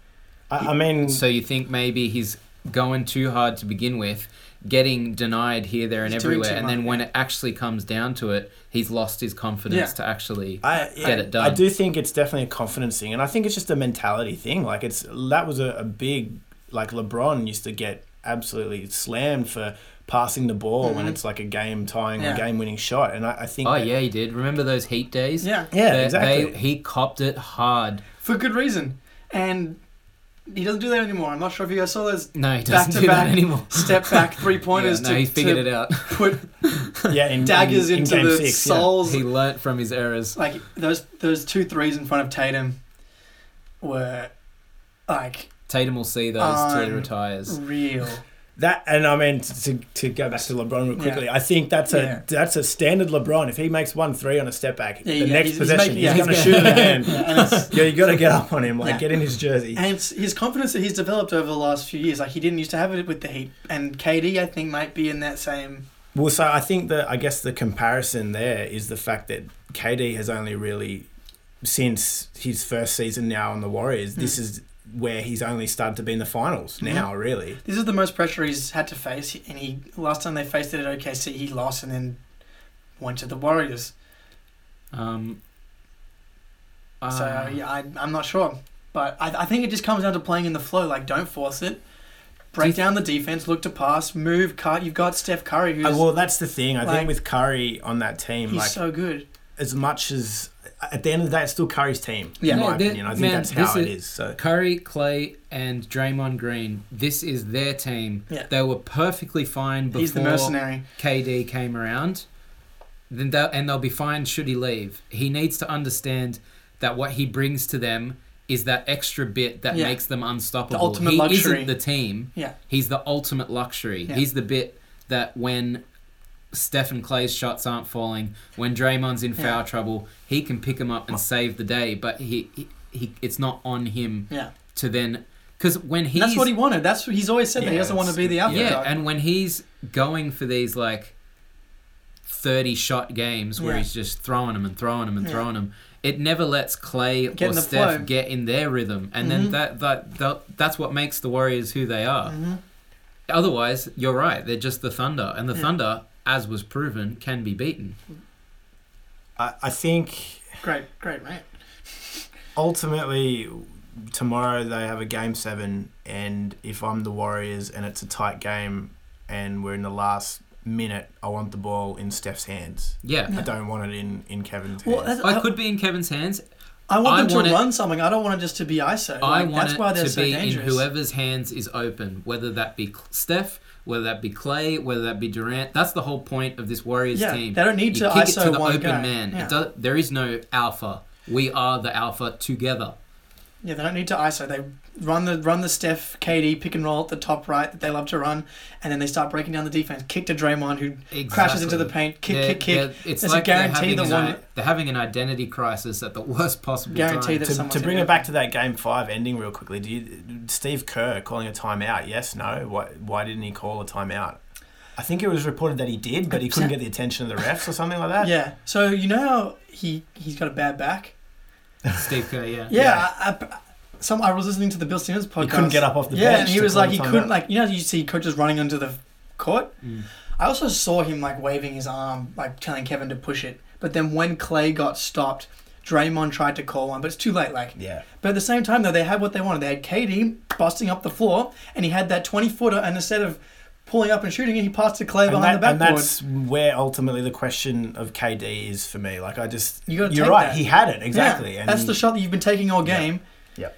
[SPEAKER 1] I, I mean,
[SPEAKER 2] So you think maybe he's going too hard to begin with, getting denied here, there, and
[SPEAKER 3] He's doing
[SPEAKER 2] everywhere,
[SPEAKER 3] too
[SPEAKER 2] and then when it actually comes down to it, he's lost his confidence
[SPEAKER 3] Yeah.
[SPEAKER 2] to actually.
[SPEAKER 1] I
[SPEAKER 2] Get it done.
[SPEAKER 1] I do think it's definitely a confidence thing, and I think it's just a mentality thing. Like it's that was a, a big like LeBron used to get absolutely slammed for passing the ball when
[SPEAKER 3] Mhm.
[SPEAKER 1] it's like a game tying
[SPEAKER 3] Yeah.
[SPEAKER 1] or game winning shot, and I, I think
[SPEAKER 2] Oh
[SPEAKER 1] that-
[SPEAKER 2] yeah, he did. Remember those heat days?
[SPEAKER 3] Yeah,
[SPEAKER 1] yeah
[SPEAKER 2] They-
[SPEAKER 1] exactly.
[SPEAKER 2] They, he copped it hard.
[SPEAKER 3] for good reason, and he doesn't do that anymore. I'm not sure if you guys saw those
[SPEAKER 2] No, he doesn't
[SPEAKER 3] to
[SPEAKER 2] do that
[SPEAKER 3] back
[SPEAKER 2] anymore.
[SPEAKER 3] step back three
[SPEAKER 2] Yeah,
[SPEAKER 3] pointers
[SPEAKER 2] no,
[SPEAKER 3] to,
[SPEAKER 2] he figured
[SPEAKER 3] to
[SPEAKER 2] it out.
[SPEAKER 3] put
[SPEAKER 1] yeah, in,
[SPEAKER 3] daggers
[SPEAKER 1] in, in
[SPEAKER 3] into
[SPEAKER 1] game
[SPEAKER 3] the
[SPEAKER 1] six, yeah.
[SPEAKER 3] soles
[SPEAKER 2] He learnt from his errors.
[SPEAKER 3] like those those two threes in front of Tatum were like
[SPEAKER 2] Tatum will see those till he
[SPEAKER 3] Um,
[SPEAKER 2] retires.
[SPEAKER 3] real.
[SPEAKER 1] That and I mean to, to go back to LeBron real quickly. I think that's a
[SPEAKER 3] Yeah.
[SPEAKER 1] that's a standard LeBron. If he makes one three on a step back,
[SPEAKER 3] Yeah,
[SPEAKER 1] the next
[SPEAKER 3] yeah, he's- he's
[SPEAKER 1] possession
[SPEAKER 3] making-
[SPEAKER 1] he's,
[SPEAKER 3] yeah, he's
[SPEAKER 1] gonna
[SPEAKER 3] gonna-
[SPEAKER 1] shoot it again.
[SPEAKER 3] Yeah, and it's-
[SPEAKER 1] yeah, you got to get up on him. Like
[SPEAKER 3] Yeah.
[SPEAKER 1] get in his jersey.
[SPEAKER 3] And it's his confidence that he's developed over the last few years. Like he didn't used to have it with the Heat, and KD I think might be in that same.
[SPEAKER 1] Well, so I think that I guess the comparison there is the fact that KD has only really since his first season now on the Warriors, this
[SPEAKER 3] Hmm.
[SPEAKER 1] is where he's only started to be in the finals now, really.
[SPEAKER 3] This is the most pressure he's had to face, and he last time they faced it at OKC, he lost, and then went to the Warriors.
[SPEAKER 2] Um,
[SPEAKER 1] Ah.
[SPEAKER 2] uh,
[SPEAKER 3] so yeah, I, I'm not sure, but I, I think it just comes down to playing in the flow. Like don't force it.
[SPEAKER 2] Do you
[SPEAKER 3] Break
[SPEAKER 2] th-
[SPEAKER 3] down the defense, look to pass, move, cut. You've got Steph Curry, who's
[SPEAKER 1] Uh, well, that's the thing. I
[SPEAKER 3] like-
[SPEAKER 1] think with Curry on that team,
[SPEAKER 3] he's
[SPEAKER 1] like
[SPEAKER 3] so good.
[SPEAKER 1] as much as at the end of the day, it's still Curry's team.
[SPEAKER 3] Yeah.
[SPEAKER 1] in
[SPEAKER 2] No,
[SPEAKER 1] my
[SPEAKER 2] that-
[SPEAKER 1] opinion, I think
[SPEAKER 2] man,
[SPEAKER 1] that's how
[SPEAKER 2] this
[SPEAKER 1] it is. So
[SPEAKER 2] Curry, Clay, and Draymond Green. This is their team.
[SPEAKER 3] Yeah.
[SPEAKER 2] They were perfectly fine before
[SPEAKER 3] He's the mercenary.
[SPEAKER 2] KD came around. Then they'll, and they'll be fine should he leave. He needs to understand that what he brings to them is that extra bit that
[SPEAKER 3] Yeah.
[SPEAKER 2] makes them unstoppable.
[SPEAKER 3] The ultimate
[SPEAKER 2] he
[SPEAKER 3] luxury.
[SPEAKER 2] isn't the team.
[SPEAKER 3] Yeah.
[SPEAKER 2] He's the ultimate luxury.
[SPEAKER 3] Yeah.
[SPEAKER 2] He's the bit that when Stephen Clay's shots aren't falling, when Draymond's in
[SPEAKER 3] Yeah.
[SPEAKER 2] foul trouble, he can pick him up and save the day. But he, he, he it's not on him
[SPEAKER 3] Yeah.
[SPEAKER 2] to then because when he's
[SPEAKER 3] And that's what he wanted. That's what he's always said that he
[SPEAKER 1] Yeah,
[SPEAKER 3] doesn't want to be
[SPEAKER 1] that's-
[SPEAKER 3] the
[SPEAKER 2] yeah,
[SPEAKER 3] underdog.
[SPEAKER 2] and when he's going for these like 30 shot games where
[SPEAKER 3] Yeah.
[SPEAKER 2] he's just throwing them and throwing them and
[SPEAKER 3] Yeah.
[SPEAKER 2] throwing them it never lets clay
[SPEAKER 3] Get
[SPEAKER 2] or
[SPEAKER 3] in the
[SPEAKER 2] steph
[SPEAKER 3] flow.
[SPEAKER 2] get in their rhythm and
[SPEAKER 3] Mhm.
[SPEAKER 2] then that, that that that's what makes the warriors who they are
[SPEAKER 3] Mhm.
[SPEAKER 2] otherwise you're right they're just the thunder and the
[SPEAKER 3] Yeah.
[SPEAKER 2] thunder as was proven can be beaten
[SPEAKER 1] I, I think
[SPEAKER 3] Great, great, mate.
[SPEAKER 1] ultimately tomorrow they have a game seven, and if I'm the Warriors and it's a tight game and we're in the last minute, I want the ball in Steph's hands.
[SPEAKER 2] yeah
[SPEAKER 1] I don't want it in, in Kevin's
[SPEAKER 3] Well,
[SPEAKER 1] hands.
[SPEAKER 3] that's-
[SPEAKER 2] i could be in kevin's hands
[SPEAKER 3] I want
[SPEAKER 2] I
[SPEAKER 3] them to
[SPEAKER 2] want it-
[SPEAKER 3] run something. I don't want it just to be ISO.
[SPEAKER 2] I
[SPEAKER 3] Like,
[SPEAKER 2] want
[SPEAKER 3] that's
[SPEAKER 2] it
[SPEAKER 3] why they're
[SPEAKER 2] to
[SPEAKER 3] so
[SPEAKER 2] be
[SPEAKER 3] dangerous.
[SPEAKER 2] in whoever's hands is open, whether that be Cl- Steph, whether that be Clay, whether that be Durant. That's the whole point of this Warriors
[SPEAKER 3] yeah,
[SPEAKER 2] team.
[SPEAKER 3] they don't
[SPEAKER 2] You
[SPEAKER 3] need
[SPEAKER 2] kick
[SPEAKER 3] to
[SPEAKER 2] it
[SPEAKER 3] ISO
[SPEAKER 2] to the
[SPEAKER 3] one
[SPEAKER 2] open
[SPEAKER 3] guy.
[SPEAKER 2] man.
[SPEAKER 3] Yeah.
[SPEAKER 2] It does, there is no alpha. We are the alpha together.
[SPEAKER 3] Yeah, they don't need to ISO. They run the run the Steph KD pick and roll at the top right that they love to run, and then they start breaking down the defense. Kick to Draymond who
[SPEAKER 2] Exactly.
[SPEAKER 3] crashes into the paint. Kick,
[SPEAKER 2] They're-
[SPEAKER 3] kick, kick.
[SPEAKER 2] they're- it's
[SPEAKER 3] There's a
[SPEAKER 2] like they're
[SPEAKER 3] guarantee
[SPEAKER 2] having
[SPEAKER 3] that
[SPEAKER 2] an
[SPEAKER 3] one-
[SPEAKER 2] i- they're having an identity crisis at the worst possible
[SPEAKER 3] Guarantee
[SPEAKER 2] time.
[SPEAKER 3] that
[SPEAKER 1] to,
[SPEAKER 3] someone's
[SPEAKER 1] to
[SPEAKER 3] gonna
[SPEAKER 1] bring
[SPEAKER 3] get
[SPEAKER 1] it back to that game five ending real quickly, do you, Steve Kerr calling a timeout? Yes, no. Why, why didn't he call a timeout? I think it was reported that he did, but he couldn't get the attention of the refs or something like that.
[SPEAKER 3] Yeah. So you know how he he's got a bad back.
[SPEAKER 2] Steve Kerr, yeah.
[SPEAKER 3] Yeah. I, I, some I was listening to the Bill Simmons podcast.
[SPEAKER 1] He couldn't get up off the
[SPEAKER 3] yeah,
[SPEAKER 1] bench.
[SPEAKER 3] and he
[SPEAKER 1] to
[SPEAKER 3] was
[SPEAKER 1] call
[SPEAKER 3] like
[SPEAKER 1] a
[SPEAKER 3] he
[SPEAKER 1] timeout.
[SPEAKER 3] couldn't like you know how you see coaches running onto the court.
[SPEAKER 2] Mm.
[SPEAKER 3] I also saw him like waving his arm, like telling Kevin to push it. But then when Clay got stopped, Draymond tried to call one, but it's too late. Like,
[SPEAKER 1] Yeah.
[SPEAKER 3] but at the same time though, they had what they wanted. They had KD busting up the floor, and he had that twenty footer. And instead of pulling up and shooting it, he passed to Clay
[SPEAKER 1] And,
[SPEAKER 3] behind
[SPEAKER 1] that,
[SPEAKER 3] the
[SPEAKER 1] and
[SPEAKER 3] backboard.
[SPEAKER 1] that's where ultimately the question of KD is for me. Like I just,
[SPEAKER 3] You gotta
[SPEAKER 1] you're
[SPEAKER 3] take
[SPEAKER 1] right.
[SPEAKER 3] that.
[SPEAKER 1] He had it
[SPEAKER 3] Yeah,
[SPEAKER 1] exactly. and
[SPEAKER 3] that's the shot that you've been taking all
[SPEAKER 1] Yeah.
[SPEAKER 3] game.
[SPEAKER 1] Yep.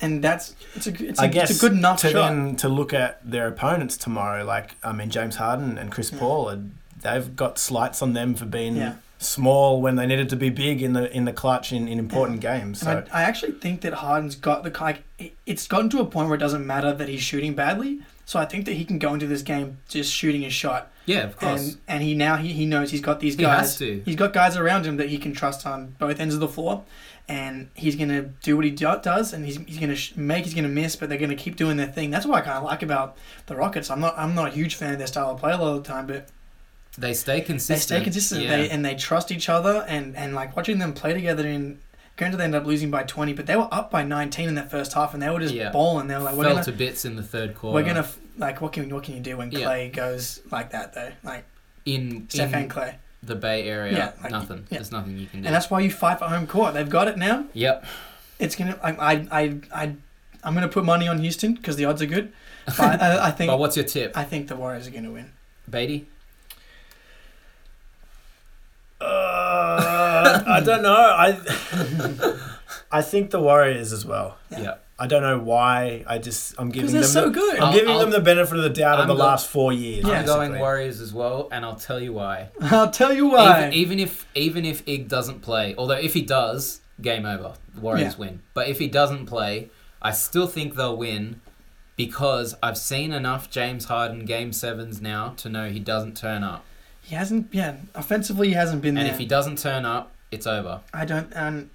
[SPEAKER 3] And that's it's a it's a,
[SPEAKER 1] I guess
[SPEAKER 3] it's a good enough
[SPEAKER 1] to
[SPEAKER 3] shot.
[SPEAKER 1] then to look at their opponents tomorrow. Like I mean, James Harden and Chris
[SPEAKER 3] Yeah.
[SPEAKER 1] Paul, and they've got slights on them for being
[SPEAKER 3] Yeah.
[SPEAKER 1] small when they needed to be big in the in the clutch in, in important games. So
[SPEAKER 3] And I, I actually think that Harden's got the like it- it's gotten to a point where it doesn't matter that he's shooting badly. So I think that he can go into this game just shooting his shot,
[SPEAKER 2] Yeah, of course.
[SPEAKER 3] and and he now he, he knows he's got these
[SPEAKER 2] he
[SPEAKER 3] guys.
[SPEAKER 2] has to.
[SPEAKER 3] He's got guys around him that he can trust on both ends of the floor, and he's gonna do what he do- does, and he's, he's gonna sh- make, he's gonna miss, but they're gonna keep doing their thing. That's what I kind of like about the Rockets. I'm not I'm not a huge fan of their style of play a lot of the time, but
[SPEAKER 2] They stay
[SPEAKER 3] they
[SPEAKER 2] consistent.
[SPEAKER 3] stay consistent.
[SPEAKER 2] Yeah.
[SPEAKER 3] They and they trust each other, and and like watching them play together in. Granted, they ended up losing by 20, but they were up by 19 in that first half, and they were just
[SPEAKER 2] Yeah.
[SPEAKER 3] balling. They were like, "We're
[SPEAKER 2] fell
[SPEAKER 3] gonna,
[SPEAKER 2] to bits in the third quarter.
[SPEAKER 3] we're gonna, f- like, what can what can you do when
[SPEAKER 2] Yeah.
[SPEAKER 3] Clay goes like that though? Like
[SPEAKER 2] in,
[SPEAKER 3] Steph
[SPEAKER 2] in
[SPEAKER 3] and Clay,
[SPEAKER 2] the Bay Area,
[SPEAKER 3] Yeah, like,
[SPEAKER 2] nothing.
[SPEAKER 3] yeah.
[SPEAKER 2] There's nothing you can do.
[SPEAKER 3] and that's why you fight for home court. They've got it now.
[SPEAKER 2] yep.
[SPEAKER 3] It's gonna. I I I, I I'm gonna put money on Houston because the odds are good, but uh, I, I think
[SPEAKER 2] But what's your tip,
[SPEAKER 3] I think the Warriors are gonna win.
[SPEAKER 2] Beatty?
[SPEAKER 1] Uh, I don't know. I I think the Warriors as well.
[SPEAKER 3] Yeah.
[SPEAKER 2] Yeah.
[SPEAKER 1] I don't know why. I just I'm giving
[SPEAKER 3] Because
[SPEAKER 1] them.
[SPEAKER 3] they're so
[SPEAKER 1] the,
[SPEAKER 3] good.
[SPEAKER 1] I'm
[SPEAKER 2] I'll-
[SPEAKER 1] giving
[SPEAKER 2] I'll-
[SPEAKER 1] them the benefit of the doubt
[SPEAKER 2] I'm
[SPEAKER 1] of the
[SPEAKER 2] go-
[SPEAKER 1] last four years.
[SPEAKER 3] Yeah.
[SPEAKER 2] I'm
[SPEAKER 1] basically.
[SPEAKER 2] going Warriors as well, and I'll tell you why.
[SPEAKER 3] I'll tell you why.
[SPEAKER 2] Even, even if even if Ig doesn't play, although if he does, game over. The Warriors win. But if he doesn't play, I still think they'll win because I've seen enough James Harden game sevens now to know he doesn't turn up.
[SPEAKER 3] he hasn't. Yeah, offensively he hasn't been
[SPEAKER 2] And
[SPEAKER 3] there.
[SPEAKER 2] if he doesn't turn up, it's over.
[SPEAKER 3] I don't. Um,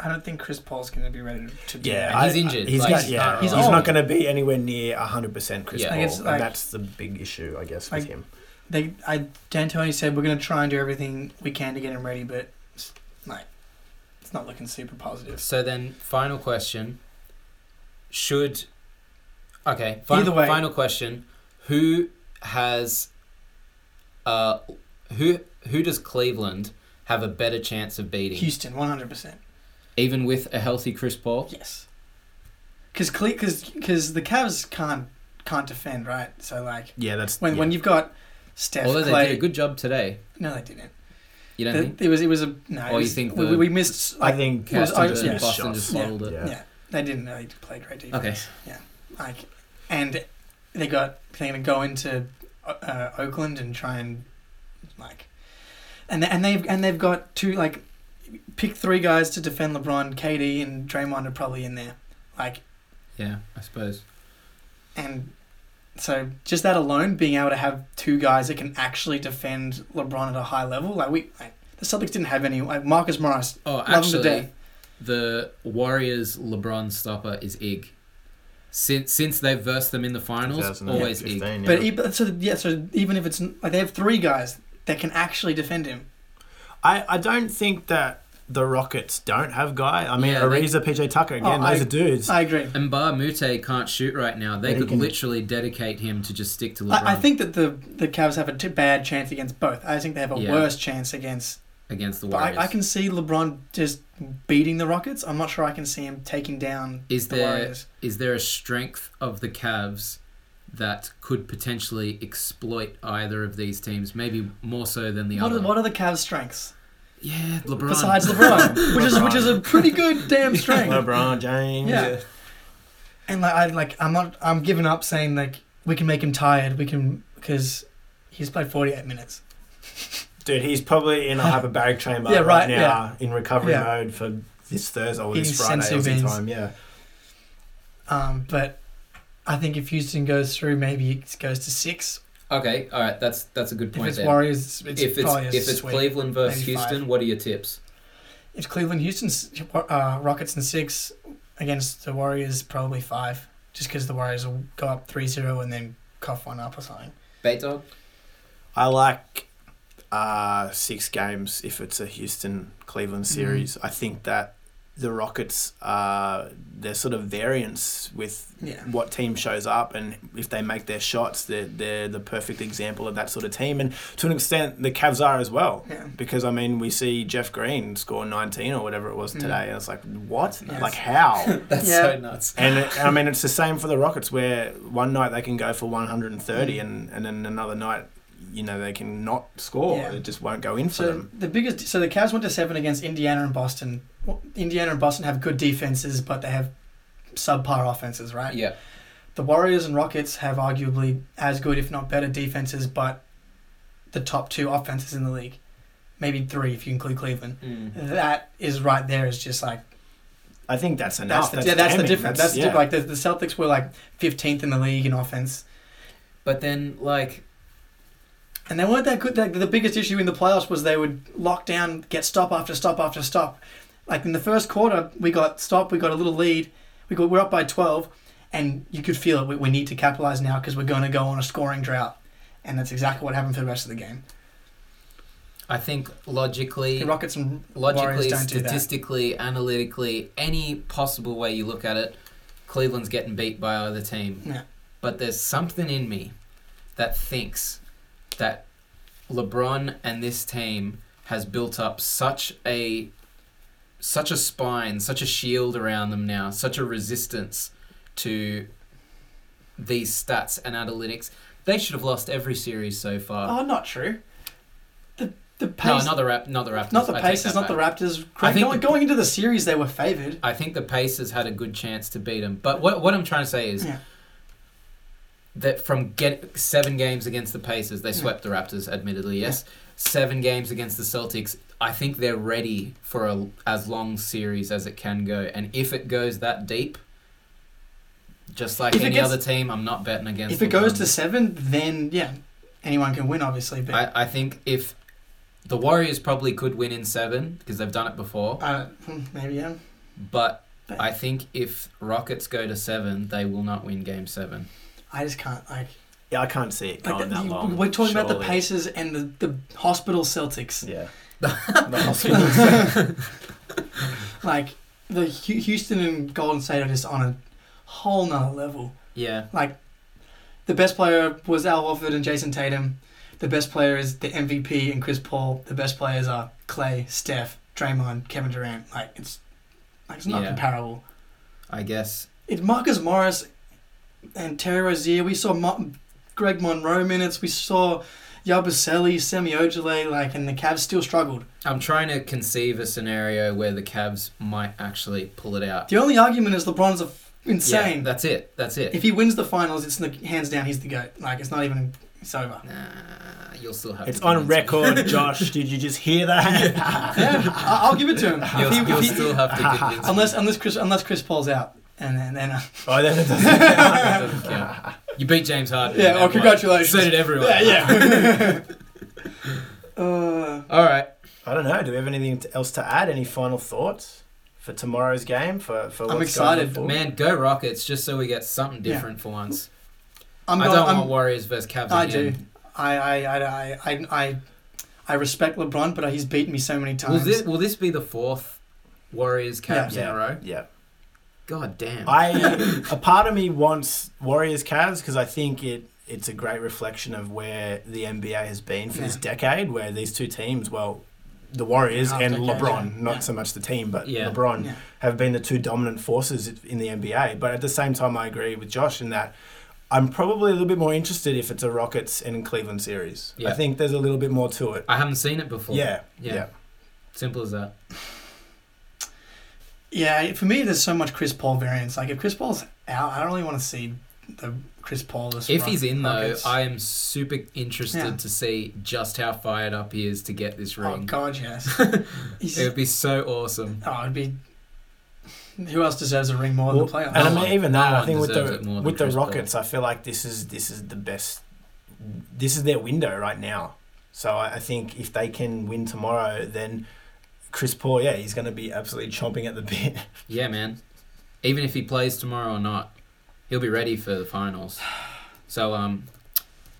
[SPEAKER 3] I don't think Chris Paul's going to be ready to do
[SPEAKER 1] Yeah,
[SPEAKER 2] And
[SPEAKER 3] that.
[SPEAKER 2] he's injured,
[SPEAKER 1] He's,
[SPEAKER 2] like,
[SPEAKER 1] got-
[SPEAKER 2] he's
[SPEAKER 1] yeah,
[SPEAKER 2] not
[SPEAKER 1] he's,
[SPEAKER 3] reliable.
[SPEAKER 1] not going to be anywhere near 100% Chris
[SPEAKER 2] Yeah.
[SPEAKER 1] Paul.
[SPEAKER 3] Like, it's like-
[SPEAKER 1] and that's the big issue, I guess, with
[SPEAKER 3] Like-
[SPEAKER 1] him.
[SPEAKER 3] They, I, D'Antoni said we're going to try and do everything we can to get him ready, but it's, like, it's not looking super positive.
[SPEAKER 2] So then, final question: Should okay? Final,
[SPEAKER 3] Either way.
[SPEAKER 2] final question: Who has uh who who does Cleveland have a better chance of beating,
[SPEAKER 3] Houston, one hundred percent.
[SPEAKER 2] even with a healthy Chris Paul?
[SPEAKER 3] Yes. Because because the Cavs can't can't defend right, so like
[SPEAKER 1] Yeah, that's.
[SPEAKER 3] when
[SPEAKER 1] yeah.
[SPEAKER 3] when you've got Steph
[SPEAKER 2] Although
[SPEAKER 3] Clay,
[SPEAKER 2] they did a good job today,
[SPEAKER 3] no, they didn't.
[SPEAKER 2] you don't
[SPEAKER 3] The-
[SPEAKER 2] think?
[SPEAKER 3] it was it was a no.
[SPEAKER 2] Or
[SPEAKER 3] it
[SPEAKER 2] you
[SPEAKER 3] was-
[SPEAKER 2] think
[SPEAKER 3] we,
[SPEAKER 2] the-
[SPEAKER 3] we missed?
[SPEAKER 1] I
[SPEAKER 3] Like,
[SPEAKER 1] think
[SPEAKER 3] was-
[SPEAKER 2] Boston
[SPEAKER 3] I-
[SPEAKER 2] just,
[SPEAKER 3] yeah.
[SPEAKER 2] Boston
[SPEAKER 1] shots.
[SPEAKER 2] just
[SPEAKER 3] Yeah.
[SPEAKER 2] folded it.
[SPEAKER 1] Yeah.
[SPEAKER 3] yeah, they didn't really play great defense.
[SPEAKER 2] Okay.
[SPEAKER 3] like and uh, they got they're gonna go into uh, Oakland and try and like and they, and they've and they've got two like pick three guys to defend LeBron, KD, and Draymond are probably in there. Like
[SPEAKER 2] Yeah, I suppose.
[SPEAKER 3] and so just that alone, being able to have two guys that can actually defend LeBron at a high level, like we like, the Celtics didn't have any. Like Marcus Morris,
[SPEAKER 2] Oh,
[SPEAKER 3] love him to
[SPEAKER 2] actually,
[SPEAKER 3] death.
[SPEAKER 2] the Warriors LeBron stopper is Ig. Since since they've versed them in the finals,
[SPEAKER 1] 2015,
[SPEAKER 2] always Ig.
[SPEAKER 1] yeah.
[SPEAKER 3] But even, so yeah, so even if it's like they have three guys that can actually defend him.
[SPEAKER 1] I, I don't think that the Rockets don't have guy. I mean,
[SPEAKER 2] Yeah, they-
[SPEAKER 1] Ariza, PJ Tucker again.
[SPEAKER 3] Oh,
[SPEAKER 1] those
[SPEAKER 3] I-
[SPEAKER 1] are dudes.
[SPEAKER 3] I agree.
[SPEAKER 2] Mbar Mute can't shoot right now. They
[SPEAKER 1] They
[SPEAKER 2] could
[SPEAKER 1] can-
[SPEAKER 2] literally dedicate him to just stick to LeBron
[SPEAKER 3] I, I think that the the Cavs have a t- bad chance against both. I think they have a
[SPEAKER 2] Yeah.
[SPEAKER 3] worse chance against.
[SPEAKER 2] against the
[SPEAKER 3] But
[SPEAKER 2] Warriors.
[SPEAKER 3] I, I can see LeBron just beating the Rockets. I'm not sure I can see him taking down
[SPEAKER 2] Is
[SPEAKER 3] the
[SPEAKER 2] there-
[SPEAKER 3] Warriors.
[SPEAKER 2] Is there a strength of the Cavs that could potentially exploit either of these teams? Maybe more so than the
[SPEAKER 3] What
[SPEAKER 2] other.
[SPEAKER 3] are, what are the Cavs' strengths
[SPEAKER 2] Yeah, LeBron.
[SPEAKER 3] besides LeBron, which is which is a pretty good damn strength.
[SPEAKER 1] LeBron James.
[SPEAKER 3] Yeah. And like I like I'm not I'm giving up saying like we can make him tired. We can because he's played 48 minutes.
[SPEAKER 1] Dude, he's probably in a hyperbaric chamber
[SPEAKER 3] Yeah,
[SPEAKER 1] right,
[SPEAKER 3] right,
[SPEAKER 1] now
[SPEAKER 3] yeah.
[SPEAKER 1] in recovery
[SPEAKER 3] Yeah.
[SPEAKER 1] mode for this Thursday or this
[SPEAKER 3] He's
[SPEAKER 1] Friday
[SPEAKER 3] sensu
[SPEAKER 1] Aussie
[SPEAKER 3] beans.
[SPEAKER 1] time. Yeah.
[SPEAKER 3] Um, but I think if Houston goes through, maybe it goes to six.
[SPEAKER 2] Okay, all right. That's that's a good
[SPEAKER 3] If
[SPEAKER 2] point.
[SPEAKER 3] it's
[SPEAKER 2] then.
[SPEAKER 3] Warriors, it's
[SPEAKER 2] if it's
[SPEAKER 3] probably a
[SPEAKER 2] if it's
[SPEAKER 3] sweep.
[SPEAKER 2] Cleveland versus
[SPEAKER 3] maybe five.
[SPEAKER 2] Houston, what are your tips?
[SPEAKER 3] If Cleveland, Houston's uh, Rockets and six against the Warriors, probably five, just because the Warriors will go up 3-0 and then cough one up or something.
[SPEAKER 2] Bait dog.
[SPEAKER 1] I like uh, six games if it's a Houston Cleveland
[SPEAKER 3] Mm.
[SPEAKER 1] series. I think that the Rockets are their sort of variance with
[SPEAKER 3] Yeah.
[SPEAKER 1] what team shows up and if they make their shots, they're, they're the perfect example of that sort of team. And to an extent, the Cavs are as well.
[SPEAKER 3] Yeah.
[SPEAKER 1] Because I mean, we see Jeff Green score 19 or whatever it was
[SPEAKER 3] Mm.
[SPEAKER 1] today, and it's like, what?
[SPEAKER 3] Yes.
[SPEAKER 1] Like, how?
[SPEAKER 2] That's
[SPEAKER 3] Yeah.
[SPEAKER 2] so nuts.
[SPEAKER 1] And it, I mean, it's the same for the Rockets, where one night they can go for 130,
[SPEAKER 3] Mm.
[SPEAKER 1] and, and then another night, you know, they can not score.
[SPEAKER 3] Yeah.
[SPEAKER 1] It just won't go in for
[SPEAKER 3] So
[SPEAKER 1] them.
[SPEAKER 3] the biggest, so the Cavs went to seven against Indiana and Boston. Well, Indiana and Boston have good defenses, but they have subpar offenses, right?
[SPEAKER 2] Yeah,
[SPEAKER 3] The Warriors and Rockets have arguably as good, if not better, defenses, but the top two offenses in the league, maybe three if you include Cleveland.
[SPEAKER 2] mm.
[SPEAKER 3] That is right there is just like
[SPEAKER 1] I think that's
[SPEAKER 3] that's
[SPEAKER 1] enough.
[SPEAKER 3] the, yeah, that's the
[SPEAKER 1] damning.
[SPEAKER 3] difference. That's,
[SPEAKER 1] yeah.
[SPEAKER 3] the, like the, the Celtics were like 15th in the league in offense,
[SPEAKER 2] but then like
[SPEAKER 3] and they weren't that good. Like, the biggest issue in the playoffs was they would lock down, get stop after stop after stop. Like in the first quarter, we got stop, we got a little lead, we got we're up by 12, and you could feel it. We, we need to capitalize now because we're going to go on a scoring drought, and that's exactly what happened for the rest of the game.
[SPEAKER 2] I think logically,
[SPEAKER 3] The Rockets and Warriors
[SPEAKER 2] logically,
[SPEAKER 3] don't do that.
[SPEAKER 2] statistically, analytically, any possible way you look at it, Cleveland's getting beat by either team.
[SPEAKER 3] Yeah.
[SPEAKER 2] But there's something in me that thinks that LeBron and this team has built up such a such a spine, such a shield around them now, such a resistance to these stats and analytics. They should have lost every series so far.
[SPEAKER 3] Oh, not true. The the
[SPEAKER 2] No,
[SPEAKER 3] pace,
[SPEAKER 2] not the Rap- not the Raptors.
[SPEAKER 3] not the
[SPEAKER 2] I take
[SPEAKER 3] Pacers,
[SPEAKER 2] that
[SPEAKER 3] not the
[SPEAKER 2] back.
[SPEAKER 3] Raptors.
[SPEAKER 2] I think
[SPEAKER 3] going,
[SPEAKER 2] the-
[SPEAKER 3] going into the series, they were favored.
[SPEAKER 2] I think the Pacers had a good chance to beat them. But what what I'm trying to say is
[SPEAKER 3] Yeah.
[SPEAKER 2] that from get seven games against the Pacers, they swept the Raptors. Admittedly, yes. Seven games against the Celtics. I think they're ready for a, as long series as it can go, and if it goes that deep, just like
[SPEAKER 3] If it
[SPEAKER 2] any
[SPEAKER 3] gets-
[SPEAKER 2] other team, I'm not betting against.
[SPEAKER 3] If it goes
[SPEAKER 2] LeBron.
[SPEAKER 3] to seven, then yeah, anyone can win, obviously. But I,
[SPEAKER 2] I, I think if the Warriors probably could win in seven because they've done it before,
[SPEAKER 3] hmm, maybe yeah.
[SPEAKER 2] but.
[SPEAKER 3] But-
[SPEAKER 2] I think if Rockets go to seven, they will not win Game Seven.
[SPEAKER 3] I just can't like.
[SPEAKER 1] yeah, I can't see it
[SPEAKER 3] like
[SPEAKER 1] going that
[SPEAKER 3] you-
[SPEAKER 1] long.
[SPEAKER 3] we're talking about the
[SPEAKER 1] surely.
[SPEAKER 3] Pacers and the, the hospital Celtics.
[SPEAKER 1] Yeah. The hospital.
[SPEAKER 3] Like the Hu- Houston and Golden State are just on a whole nother level.
[SPEAKER 2] Yeah,
[SPEAKER 3] Like the best player was Al Horford and Jason Tatum. The best player is the MVP and Chris Paul. The best players are Clay, Steph, Draymond, Kevin Durant. Like it's like it's not
[SPEAKER 2] Yeah.
[SPEAKER 3] comparable.
[SPEAKER 2] I guess.
[SPEAKER 3] It's Marcus Morris and Terry Rozier. We saw Mo- Greg Monroe minutes. We saw Yabusele, Semi Ojale, like, and the Cavs still struggled.
[SPEAKER 2] I'm trying to conceive a scenario where the Cavs might actually pull it out.
[SPEAKER 3] The only argument is LeBron's a f-
[SPEAKER 2] Yeah,
[SPEAKER 3] insane.
[SPEAKER 2] that's it. That's it.
[SPEAKER 3] if he wins the finals, it's the, hands down he's the goat. Like, it's not even It's over.
[SPEAKER 2] Nah, you'll still have.
[SPEAKER 1] It's
[SPEAKER 2] to
[SPEAKER 1] on
[SPEAKER 2] convince me.
[SPEAKER 1] record, Josh. Did you just hear that?
[SPEAKER 3] Yeah, I- I'll give it to him. If he-
[SPEAKER 2] You'll,
[SPEAKER 3] if
[SPEAKER 2] you'll
[SPEAKER 3] he-
[SPEAKER 2] still have to convince
[SPEAKER 3] unless
[SPEAKER 2] me.
[SPEAKER 3] unless Chris unless Chris Paul's out, and then then. Uh,
[SPEAKER 1] oh, that doesn't.
[SPEAKER 2] That doesn't count. You beat James Harden.
[SPEAKER 3] Yeah,
[SPEAKER 2] and
[SPEAKER 3] well,
[SPEAKER 2] everyone-
[SPEAKER 3] congratulations.
[SPEAKER 2] So did everyone.
[SPEAKER 3] yeah. uh,
[SPEAKER 2] All right.
[SPEAKER 1] I don't know. Do we have anything t- else to add? Any final thoughts for tomorrow's game? For for
[SPEAKER 3] I'm
[SPEAKER 1] what's
[SPEAKER 3] excited,
[SPEAKER 1] going on?
[SPEAKER 2] Man, go Rockets just so we get something
[SPEAKER 3] Yeah.
[SPEAKER 2] different for once.
[SPEAKER 3] I'm
[SPEAKER 2] I
[SPEAKER 3] going,
[SPEAKER 2] don't
[SPEAKER 3] I'm,
[SPEAKER 2] want Warriors versus Cavs
[SPEAKER 3] I
[SPEAKER 2] again.
[SPEAKER 3] do. I I, I, I, I I respect LeBron, but he's beaten me so many
[SPEAKER 2] Will
[SPEAKER 3] times.
[SPEAKER 2] this, will this be the fourth Warriors Cavs
[SPEAKER 1] Yeah.
[SPEAKER 2] in a row?
[SPEAKER 1] Yeah,
[SPEAKER 2] God damn.
[SPEAKER 1] I a part of me wants Warriors Cavs because I think it it's a great reflection of where the NBA has been for this
[SPEAKER 3] Yeah.
[SPEAKER 1] decade, where these two teams, well, the Warriors
[SPEAKER 3] Half
[SPEAKER 1] and
[SPEAKER 3] decade,
[SPEAKER 1] LeBron,
[SPEAKER 3] yeah.
[SPEAKER 1] not
[SPEAKER 3] Yeah.
[SPEAKER 1] so much the team, but
[SPEAKER 2] Yeah.
[SPEAKER 1] LeBron,
[SPEAKER 3] Yeah.
[SPEAKER 1] have been the two dominant forces in the NBA. But at the same time, I agree with Josh in that I'm probably a little bit more interested if it's a Rockets and Cleveland series.
[SPEAKER 2] Yeah.
[SPEAKER 1] I think there's a little bit more to it.
[SPEAKER 2] I haven't seen it before.
[SPEAKER 1] Yeah,
[SPEAKER 2] Yeah.
[SPEAKER 1] yeah.
[SPEAKER 2] Simple as that.
[SPEAKER 3] Yeah, for me, there's so much Chris Paul variance. Like if Chris Paul's out, I don't really want to see the Chris Paul. versus
[SPEAKER 2] If
[SPEAKER 3] Rock-
[SPEAKER 2] he's in though,
[SPEAKER 3] Rockets.
[SPEAKER 2] I am super interested
[SPEAKER 3] Yeah.
[SPEAKER 2] to see just how fired up he is to get this
[SPEAKER 3] oh
[SPEAKER 2] ring.
[SPEAKER 3] god, yes. he's,
[SPEAKER 2] it would be so awesome.
[SPEAKER 3] oh, it'd be. Who else deserves a ring more
[SPEAKER 1] Well,
[SPEAKER 3] than the playoffs?
[SPEAKER 1] and I
[SPEAKER 2] No
[SPEAKER 1] mean,
[SPEAKER 2] one-
[SPEAKER 1] even
[SPEAKER 2] no
[SPEAKER 1] that, I
[SPEAKER 2] one
[SPEAKER 1] think with
[SPEAKER 2] deserves it more
[SPEAKER 1] the
[SPEAKER 2] than
[SPEAKER 1] with the
[SPEAKER 2] Chris Paul.
[SPEAKER 1] Rockets, I feel like this is this is the best. This is their window right now. So I, I think if they can win tomorrow, then Chris Paul, yeah, he's going to be absolutely chomping at the bit.
[SPEAKER 2] Yeah, man. Even if he plays tomorrow or not, he'll be ready for the finals. So um,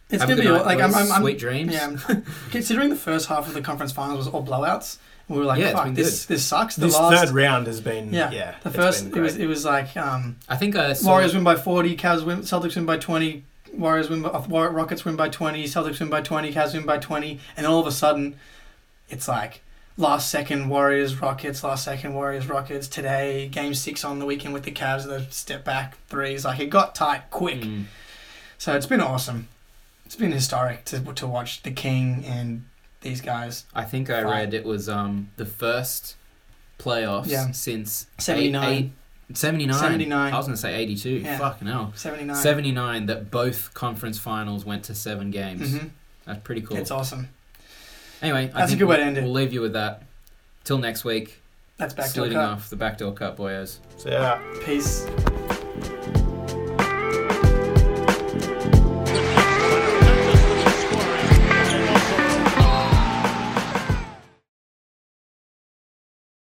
[SPEAKER 3] it's
[SPEAKER 2] have a
[SPEAKER 3] gonna
[SPEAKER 2] good
[SPEAKER 3] be
[SPEAKER 2] night,
[SPEAKER 3] like I'm,
[SPEAKER 2] boys.
[SPEAKER 3] I'm, I'm
[SPEAKER 2] sweet dreams.
[SPEAKER 3] Yeah, I'm- considering the first half of the conference finals was all blowouts, we were like,
[SPEAKER 2] Yeah, it's been
[SPEAKER 3] "Fuck, this this sucks." The
[SPEAKER 1] this
[SPEAKER 3] last,
[SPEAKER 1] third round has been
[SPEAKER 3] Yeah,
[SPEAKER 1] yeah.
[SPEAKER 3] the
[SPEAKER 1] it's
[SPEAKER 3] first,
[SPEAKER 1] been
[SPEAKER 3] it was
[SPEAKER 1] great.
[SPEAKER 3] it was like um,
[SPEAKER 2] I think I saw.
[SPEAKER 3] Warriors win by forty, Cavs win, Celtics win by twenty, Warriors win, by, uh, War- Rockets win by twenty, Celtics win by twenty, Cavs win by twenty, and all of a sudden, it's like last second Warriors Rockets, last second Warriors Rockets today, game six on the weekend with the Cavs, the step back threes, like it got tight quick.
[SPEAKER 2] Mm.
[SPEAKER 3] So it's been awesome. It's been historic to to watch the King and these guys.
[SPEAKER 2] I think I
[SPEAKER 3] Fine.
[SPEAKER 2] read it was um the first playoffs
[SPEAKER 3] Yeah.
[SPEAKER 2] since eight-
[SPEAKER 3] 79.
[SPEAKER 2] eight- 79.
[SPEAKER 3] 79.
[SPEAKER 2] I was gonna say eighty two.
[SPEAKER 3] Yeah.
[SPEAKER 2] Fucking hell.
[SPEAKER 3] 79.
[SPEAKER 2] Seventy nine that both conference finals went to seven games.
[SPEAKER 3] Mhm.
[SPEAKER 2] That's pretty cool.
[SPEAKER 3] It's awesome.
[SPEAKER 2] Anyway, I
[SPEAKER 3] That's a
[SPEAKER 2] think
[SPEAKER 3] good way
[SPEAKER 2] we'll-
[SPEAKER 3] to end it.
[SPEAKER 2] We'll leave you with that. Till next week.
[SPEAKER 3] That's back to
[SPEAKER 2] saluting
[SPEAKER 3] cut.
[SPEAKER 2] off the backdoor cut boyos.
[SPEAKER 1] so yeah.
[SPEAKER 3] Peace.